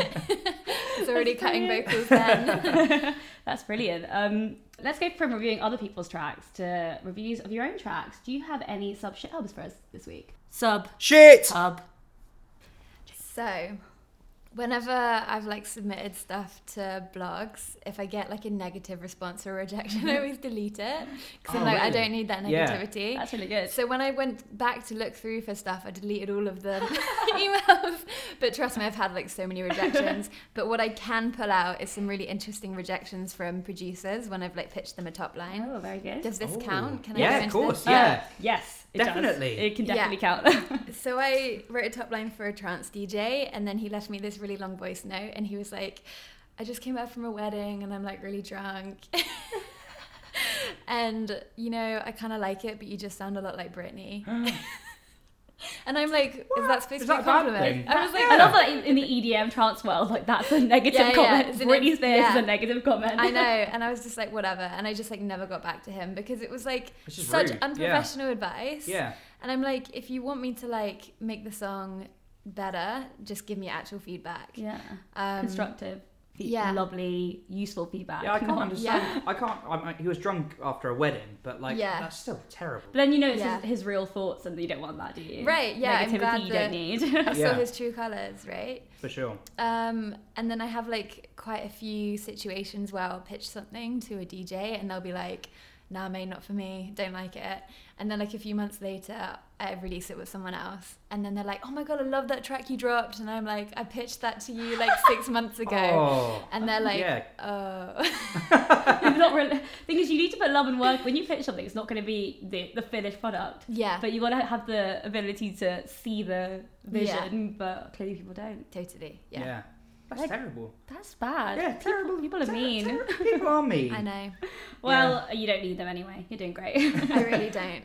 D: It's already cutting
B: brilliant.
D: vocals then.
B: That's brilliant. Um, let's go from reviewing other people's tracks to reviews of your own tracks. Do you have any sub shit hubs for us this week?
F: Sub.
C: Shit.
F: Sub.
D: so, whenever I've like submitted stuff to blogs, if I get like a negative response or rejection, I always delete it because
C: Oh,
D: I'm like, I
C: really?
D: don't need that
C: Yeah.
D: negativity.
B: That's really good.
D: so when I went back to look through for stuff, I deleted all of the emails. But trust me, I've had like so many rejections. but what I can pull out is some really interesting rejections from producers when I've like pitched them a top line.
B: oh, very good.
D: Does this
C: Ooh.
D: count? Can I
C: yeah,
D: go
C: of
D: into
C: course.
D: this?
B: Uh,
C: Yeah.
B: yes, it
C: Definitely.
B: Does. It can
D: Yeah.
B: definitely count.
D: So I wrote a top line for a trance DJ, and then he left me this really long voice note, and he was like, "I just came back from a wedding, and I'm like really drunk." And you know, I kind of like it, but you just sound a lot like Britney. and I'm like, is that supposed
C: Is
D: to be
C: that
D: a
C: a bad
D: compliment?
C: thing?
D: I was like,
B: I love that in, in the EDM trance world, like that's a negative
D: Yeah, yeah,
B: comment.
D: it's a neg-
B: Britney Spears is
D: yeah.
B: a negative comment.
D: I know. And I was just like, whatever. And I just like never got back to him because it was like
C: Which is
D: such
C: rude, yeah.
D: unprofessional advice.
C: Yeah.
D: And I'm like, if you want me to like make the song better, just give me actual feedback.
B: Yeah.
D: Um,
B: Constructive. fe-
D: yeah.
B: Lovely, useful feedback.
C: Yeah, I can't
B: Not-
C: understand. I can't. I'm, I- he was drunk after a wedding, but like
D: Yeah.
C: that's still terrible.
B: But then you know it's
D: Yeah.
B: his, his real thoughts, and you don't want that, do you?
D: Right, yeah, I'm
B: Negativity
D: glad
B: you
D: that-
B: don't need.
D: I
C: Yeah.
D: saw his true colors, right?
C: For sure.
D: Um, and then I have like quite a few situations where I'll pitch something to a DJ and they'll be like, nah, mate, not for me, don't like it. And then like a few months later, I release it with someone else. And then they're like, oh my God, I love that track you dropped. And I'm like, I pitched that to you like six months ago.
C: Oh.
D: And they're like,
C: Yeah.
D: oh.
B: It's not really. Thing is, you need to put love and work when you pitch something. It's not going to be the, the finished product.
D: yeah,
B: But you got to have the ability to see the vision, but clearly people don't.
D: totally.
C: Yeah.
D: Yeah.
C: That's
B: Like-
C: terrible.
B: That's bad.
C: Yeah,
B: people,
C: terrible.
B: People are
C: ter-
B: mean.
C: terrible people are mean.
D: I know.
B: Well, you don't need them anyway. You're doing great.
D: I really don't.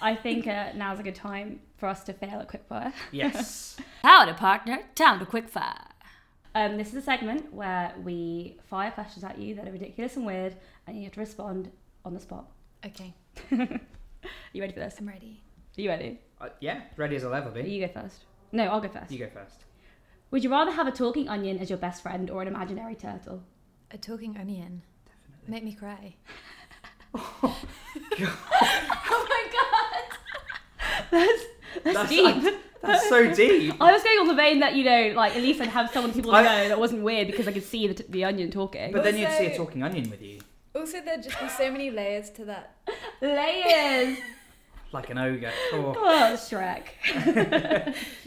B: I think uh, now's a good time for us to fail at quickfire.
C: Yes.
F: Howdy, partner. Time to quick fire.
B: Um, this is a segment where we fire questions at you that are ridiculous and weird, and you have to respond on the spot.
D: Okay,
B: Are you ready for this?
D: I'm ready.
B: Are you ready?
C: Uh, yeah. Ready as I'll ever be.
B: You go first. No, I'll go first.
C: You go first.
B: Would you rather have a talking onion as your best friend or an imaginary turtle?
D: A talking onion. Make me cry.
B: Oh my god! that's that's, deep. I,
C: That's so deep.
B: was going on the vein that you know, like at least I'd have someone people
C: I-
B: know that wasn't weird because I could see the, t- the onion talking.
C: But then you'd see a
D: Also-
C: talking onion with you,
D: Also, there'd just be so many layers to that
B: Layers.
C: like an ogre. Oh.
B: oh, Shrek.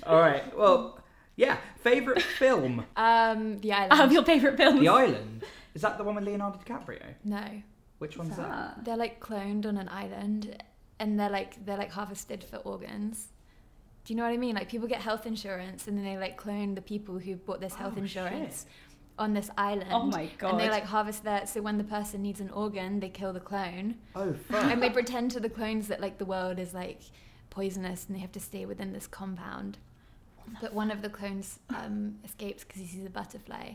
C: All right. Well, yeah. Favorite film?
D: Um, the island.
B: I have your favorite films.
C: The Island. Is that the one with Leonardo DiCaprio?
D: no,
C: Which one's that?
B: Ah.
D: they're like cloned on an island, and they're like they're like harvested for organs. Do you know what I mean? Like people get health insurance, and then they like clone the people who bought this health
C: Oh,
D: insurance on this island.
B: Oh my
D: And
B: God.
D: they like harvest that. So when the person needs an organ, they kill the clone,
C: Oh fuck.
D: and they pretend to the clones that like the world is like poisonous, and they have to stay within this compound. But one of the clones um, escapes because he sees a butterfly,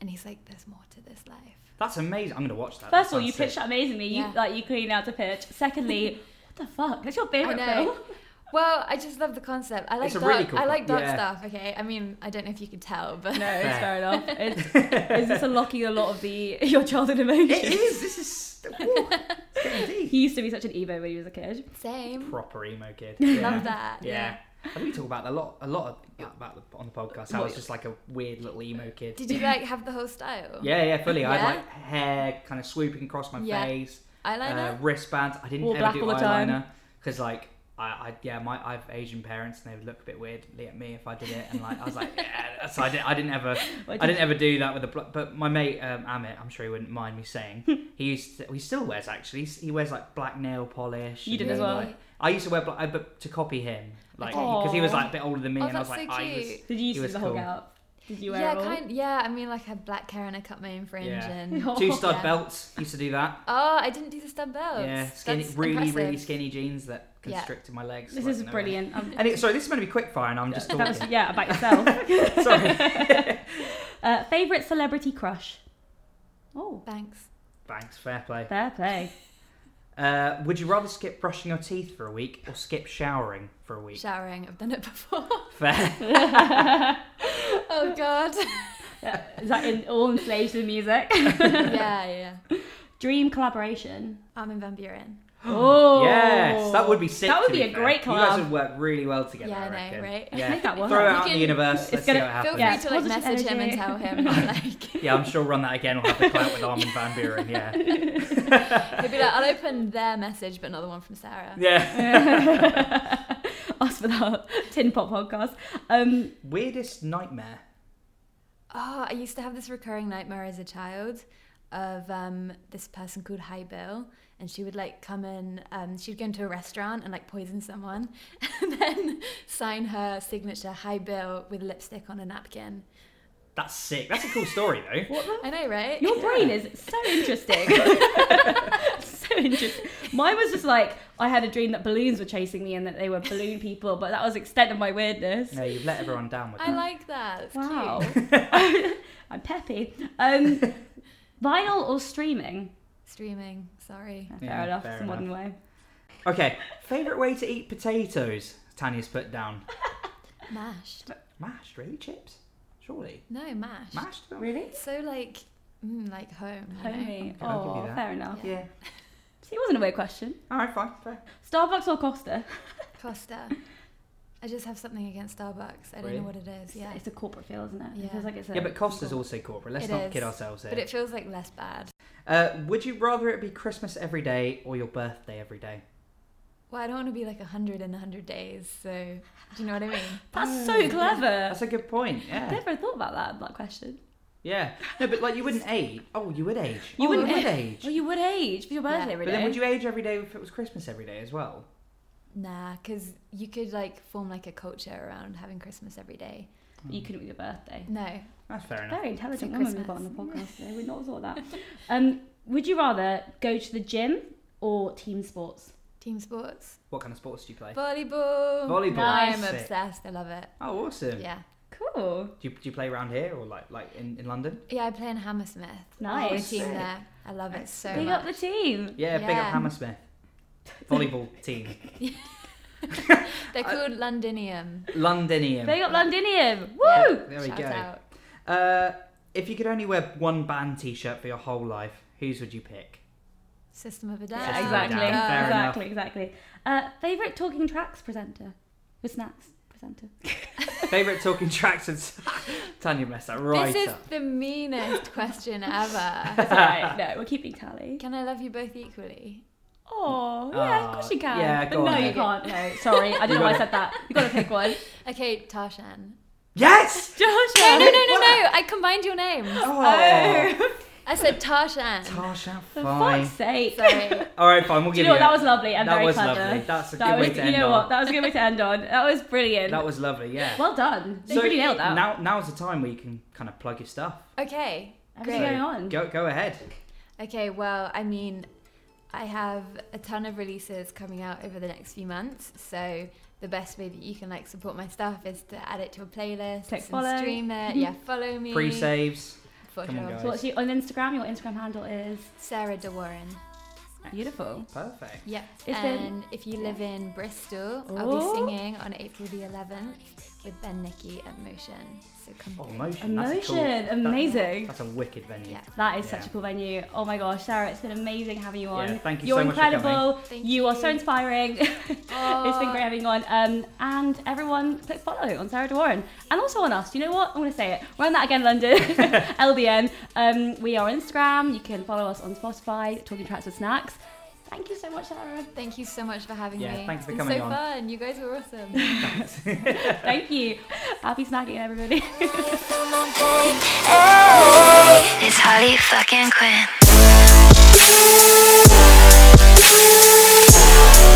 D: and he's like, "There's more to this life."
C: That's amazing. I'm gonna watch that.
B: First
C: That
B: of all, you
C: sounds
B: pitched
C: sick.
B: that amazingly. You
D: Yeah.
B: like you cleaned out the pitch. Secondly, what the fuck? That's your
D: I
B: favorite
D: know.
B: film.
D: Well, I just love the concept. I like
C: It's a
D: dark,
C: really cool
D: I like dark
C: con- yeah.
D: stuff. Okay, I mean, I don't know if you could tell, but
B: No, it's
C: Fair.
B: fair enough. It's, is this unlocking a lot of the your childhood emotions?
C: It is. This is woo, it's getting deep.
B: He used to be such an emo when he was a kid.
D: same.
C: proper emo kid.
D: Love that.
C: Yeah. I think we talk about a lot, a lot of, about the, on the podcast. How I was just like a weird little emo kid.
D: Did you like have the whole style?
C: Yeah, yeah, fully. I
D: Yeah?
C: had like hair kind of swooping across my
D: Yeah.
C: face, uh,
D: Eyeliner.
C: wristbands. I didn't
B: Wore
C: ever
B: black
C: do
B: all the time.
C: eyeliner because like I, I, yeah, my I have Asian parents and they would look a bit weirdly at me if I did it, and like I was like, yeah. So I didn't, I didn't ever,
B: What
C: I didn't ever do that with the. bl- But my mate um, Amit, I'm sure he wouldn't mind me saying, he used, to, he still wears actually. He wears like black nail polish.
B: You
C: and
B: did as
C: then,
B: well.
C: like,
D: Oh,
C: I used to wear black, but to copy him, like
B: Okay.
C: because he was like a bit older than me,
D: Oh,
C: and I was
D: that's
C: like,
D: so
C: I was,
D: cute.
B: Did you
C: He
B: use
C: was
B: the whole
C: cool.
B: get up? Did you wear
D: Yeah,
B: it all?
D: kind. Yeah, I mean, like I had black hair and I cut my own fringe
C: Yeah.
D: and.
B: Oh,
C: two stud
D: yeah.
C: belts. Used to do that.
D: Oh, I didn't do the stud belts.
C: Yeah, skinny,
D: That's
C: really,
D: impressive.
C: really skinny jeans that
D: Yeah.
C: constricted my legs.
B: This
C: like,
B: is
C: no way.
B: brilliant. Um,
C: And it, sorry, this is meant to be quick fire, and I'm just
B: that was,
C: talking.
B: yeah, about yourself.
C: sorry,
B: uh, favorite celebrity crush? Oh,
D: Thanks.
C: thanks. Fair play.
B: fair play.
C: Uh, would you rather skip brushing your teeth for a week or skip showering for a week?
D: Showering. I've done it before.
C: Fair.
D: oh God.
B: Is that in, all enslaved to the music?
D: yeah, yeah.
B: Dream collaboration.
D: Armin van Buren.
B: Oh,
C: yes, that would be sick.
B: That would
C: to
B: be a
C: fair.
B: great
C: You guys
B: collab.
C: would work really well together.
D: Yeah, I
C: I
D: know,
C: reckon.
D: right?
C: Yeah.
B: Make that work.
C: Throw it
D: You
C: out in the
D: can-
C: universe. Let's
B: gonna-
C: see how it
D: Feel
C: happens.
D: free
B: Yeah.
D: to like
B: Positive
D: message him and
B: energy.
D: tell him. Like
C: Yeah, I'm sure run that again. We'll have the clout with Armin van Buren. Yeah.
D: he'll be like, I'll open their message, but not the one from Sarah.
C: Yeah.
B: Ask for that tin pop podcast. Um,
C: Weirdest nightmare.
D: Oh, I used to have this recurring nightmare as a child of um, this person called High Bill, and she would like come in, um, she'd go into a restaurant and like poison someone, and then sign her signature High Bill with lipstick on a napkin.
C: That's sick. That's a cool story though.
D: I know, right?
B: your brain is so interesting. so interesting. Mine was just like I had a dream that balloons were chasing me and that they were balloon people, but that was the extent of my weirdness.
C: No, you've let everyone down with
D: I
C: that.
D: like that. It's
B: Wow.
D: cute.
B: I'm peppy. Um, vinyl or streaming?
D: Streaming. Sorry.
B: Fair
C: Yeah,
B: enough.
C: fair
B: it's a modern way.
C: Okay. Favorite way to eat potatoes? Tanya's put down.
D: Mashed.
C: Mashed, really? Chips? Surely.
D: No, mashed.
C: Mashed? Really?
D: It's So like, mm, like home. you know?
B: Homey.
C: Okay, I'll give
B: Oh,
C: you that.
B: fair enough.
C: Yeah.
B: See, it wasn't a weird question.
C: All right, fine. Fair.
B: Starbucks or Costa?
D: Costa. I just have something against Starbucks. I don't
C: Really?
D: know what it is. Yeah.
B: It's a corporate feel, isn't it? It
D: Yeah.
B: feels like it's a
C: Yeah, but Costa's also corporate. Let's
D: It
C: not
D: is.
C: kid ourselves here.
D: But it feels like less bad.
C: Uh, would you rather it be Christmas every day or your birthday every day?
D: Well, I don't want to be like 100 in 100 days, so do you know what I mean?
B: Mm, That's so clever.
C: That's a good point.
B: I
C: Yeah.
B: never thought about that that question.
C: Yeah. No, but like you wouldn't age. Oh, you would age.
B: You
C: Oh,
B: wouldn't
C: would
B: age.
C: age.
B: Well, you would age for your birthday
D: Yeah.
B: every
C: But
B: day.
C: then would you age every day if it was Christmas every day as well?
D: Nah, because you could like form like a culture around having Christmas every day.
B: You couldn't with your birthday.
D: No,
C: That's fair enough.
B: Very intelligent
D: For
B: woman we've got on the
D: Christmas.
B: podcast today. We not thought that. Um, would you rather go to the gym or team sports?
D: team sports,
C: What kind of sports do you play?
D: volleyball.
C: Volleyball.
D: I am
C: Sick.
D: obsessed. I love it.
C: Oh, awesome.
D: Yeah.
B: Cool.
C: Do you, do you play around here or like like in, in London?
D: Yeah, I play in Hammersmith.
B: Nice.
D: Our team
C: Sick.
D: there. I love it so
B: Big
D: much.
B: up the team.
C: Yeah, big up
D: Yeah.
C: Hammersmith. Volleyball team.
D: They're called Londinium.
C: Londinium.
B: Big up Londinium. Woo!
C: There we
D: Shout
C: go.
D: out.
C: Uh, if you could only wear one band T-shirt for your whole life, whose would you pick?
D: System of a Down.
B: Yeah,
C: Exactly.
B: exactly.
C: Yeah, fair
B: exactly. Exactly. Uh, favorite talking tracks presenter with snacks presenter.
C: Favorite talking tracks and Tanya messed that right
D: This is
C: up.
D: the meanest question ever.
B: That's all right. No, we're keeping tally.
D: Can I love you both equally?
B: Oh, yeah, of course you can.
C: Ah, yeah, go
B: but
C: on
B: no,
C: then.
B: you can't. No, sorry, I don't know why I said that. You gotta pick one.
D: Okay, Tarshan.
C: Yes.
D: No,
B: Joshua.
D: no, no, no, no. I combined your names.
C: Oh,
D: I said Tarshan.
C: Tarsha,
B: For
C: fine.
B: fuck's sake.
D: Sorry.
C: All right, fine. We'll
B: Do you
C: give
B: know what?
C: you.
B: That was lovely and
C: That
B: very
C: was
B: clever.
C: lovely. That's a
B: That
C: good
B: was,
C: way to
B: you
C: end
B: know
C: on.
B: what? That was a good way to end on. That was brilliant.
C: That was lovely. Yeah.
B: well done. You really nailed that.
C: Now, now's the time where you can kind of plug your stuff.
D: Okay.
B: Everything's
D: Great.
B: going on.
C: Go, go ahead.
D: Okay, well, I mean, I have a ton of releases coming out over the next few months, so the best way that you can like support my stuff is to add it to a playlist,
B: Click
D: and
B: follow.
D: stream it. Yeah, follow me.
C: Pre-saves.
D: For
C: Come on,
D: sure.
C: guys.
B: So what's you on Instagram? Your Instagram handle is
D: Sarah De Warren.
B: Beautiful.
C: Perfect.
D: Yeah.
B: Is there-
D: and if you live in Bristol, I'll
B: Ooh.
D: be singing on April the 11th with Ben Nicky at Motion. So come
C: Oh,
D: through.
C: emotion. That's a cool-
B: Emotion.
C: that-
B: Amazing.
C: That's a wicked venue.
D: Yeah.
B: That is
C: Yeah.
B: such a cool venue. Oh my gosh, Sarah, it's been amazing having you on.
C: Yeah, thank you
B: You're
C: so much for coming.
B: incredible.
D: Thank
B: you, are so
D: you.
B: inspiring. it's been
D: Aw.
B: great having you on. Um, and everyone, click follow on Sarah DeWarren and also on us. You know what? I'm going to say it. Run that again, London. LBN. Um, we are on Instagram. You can follow us on Spotify. Talking Tracks with Snacks. Thank you so much, Sarah.
D: Thank you so much for having
C: Yeah,
D: me.
C: thanks for
D: it's been
C: coming
D: so
C: on.
D: fun. You guys were awesome.
B: Thank you. Happy snacking, everybody.
A: It's Holly fucking Quinn.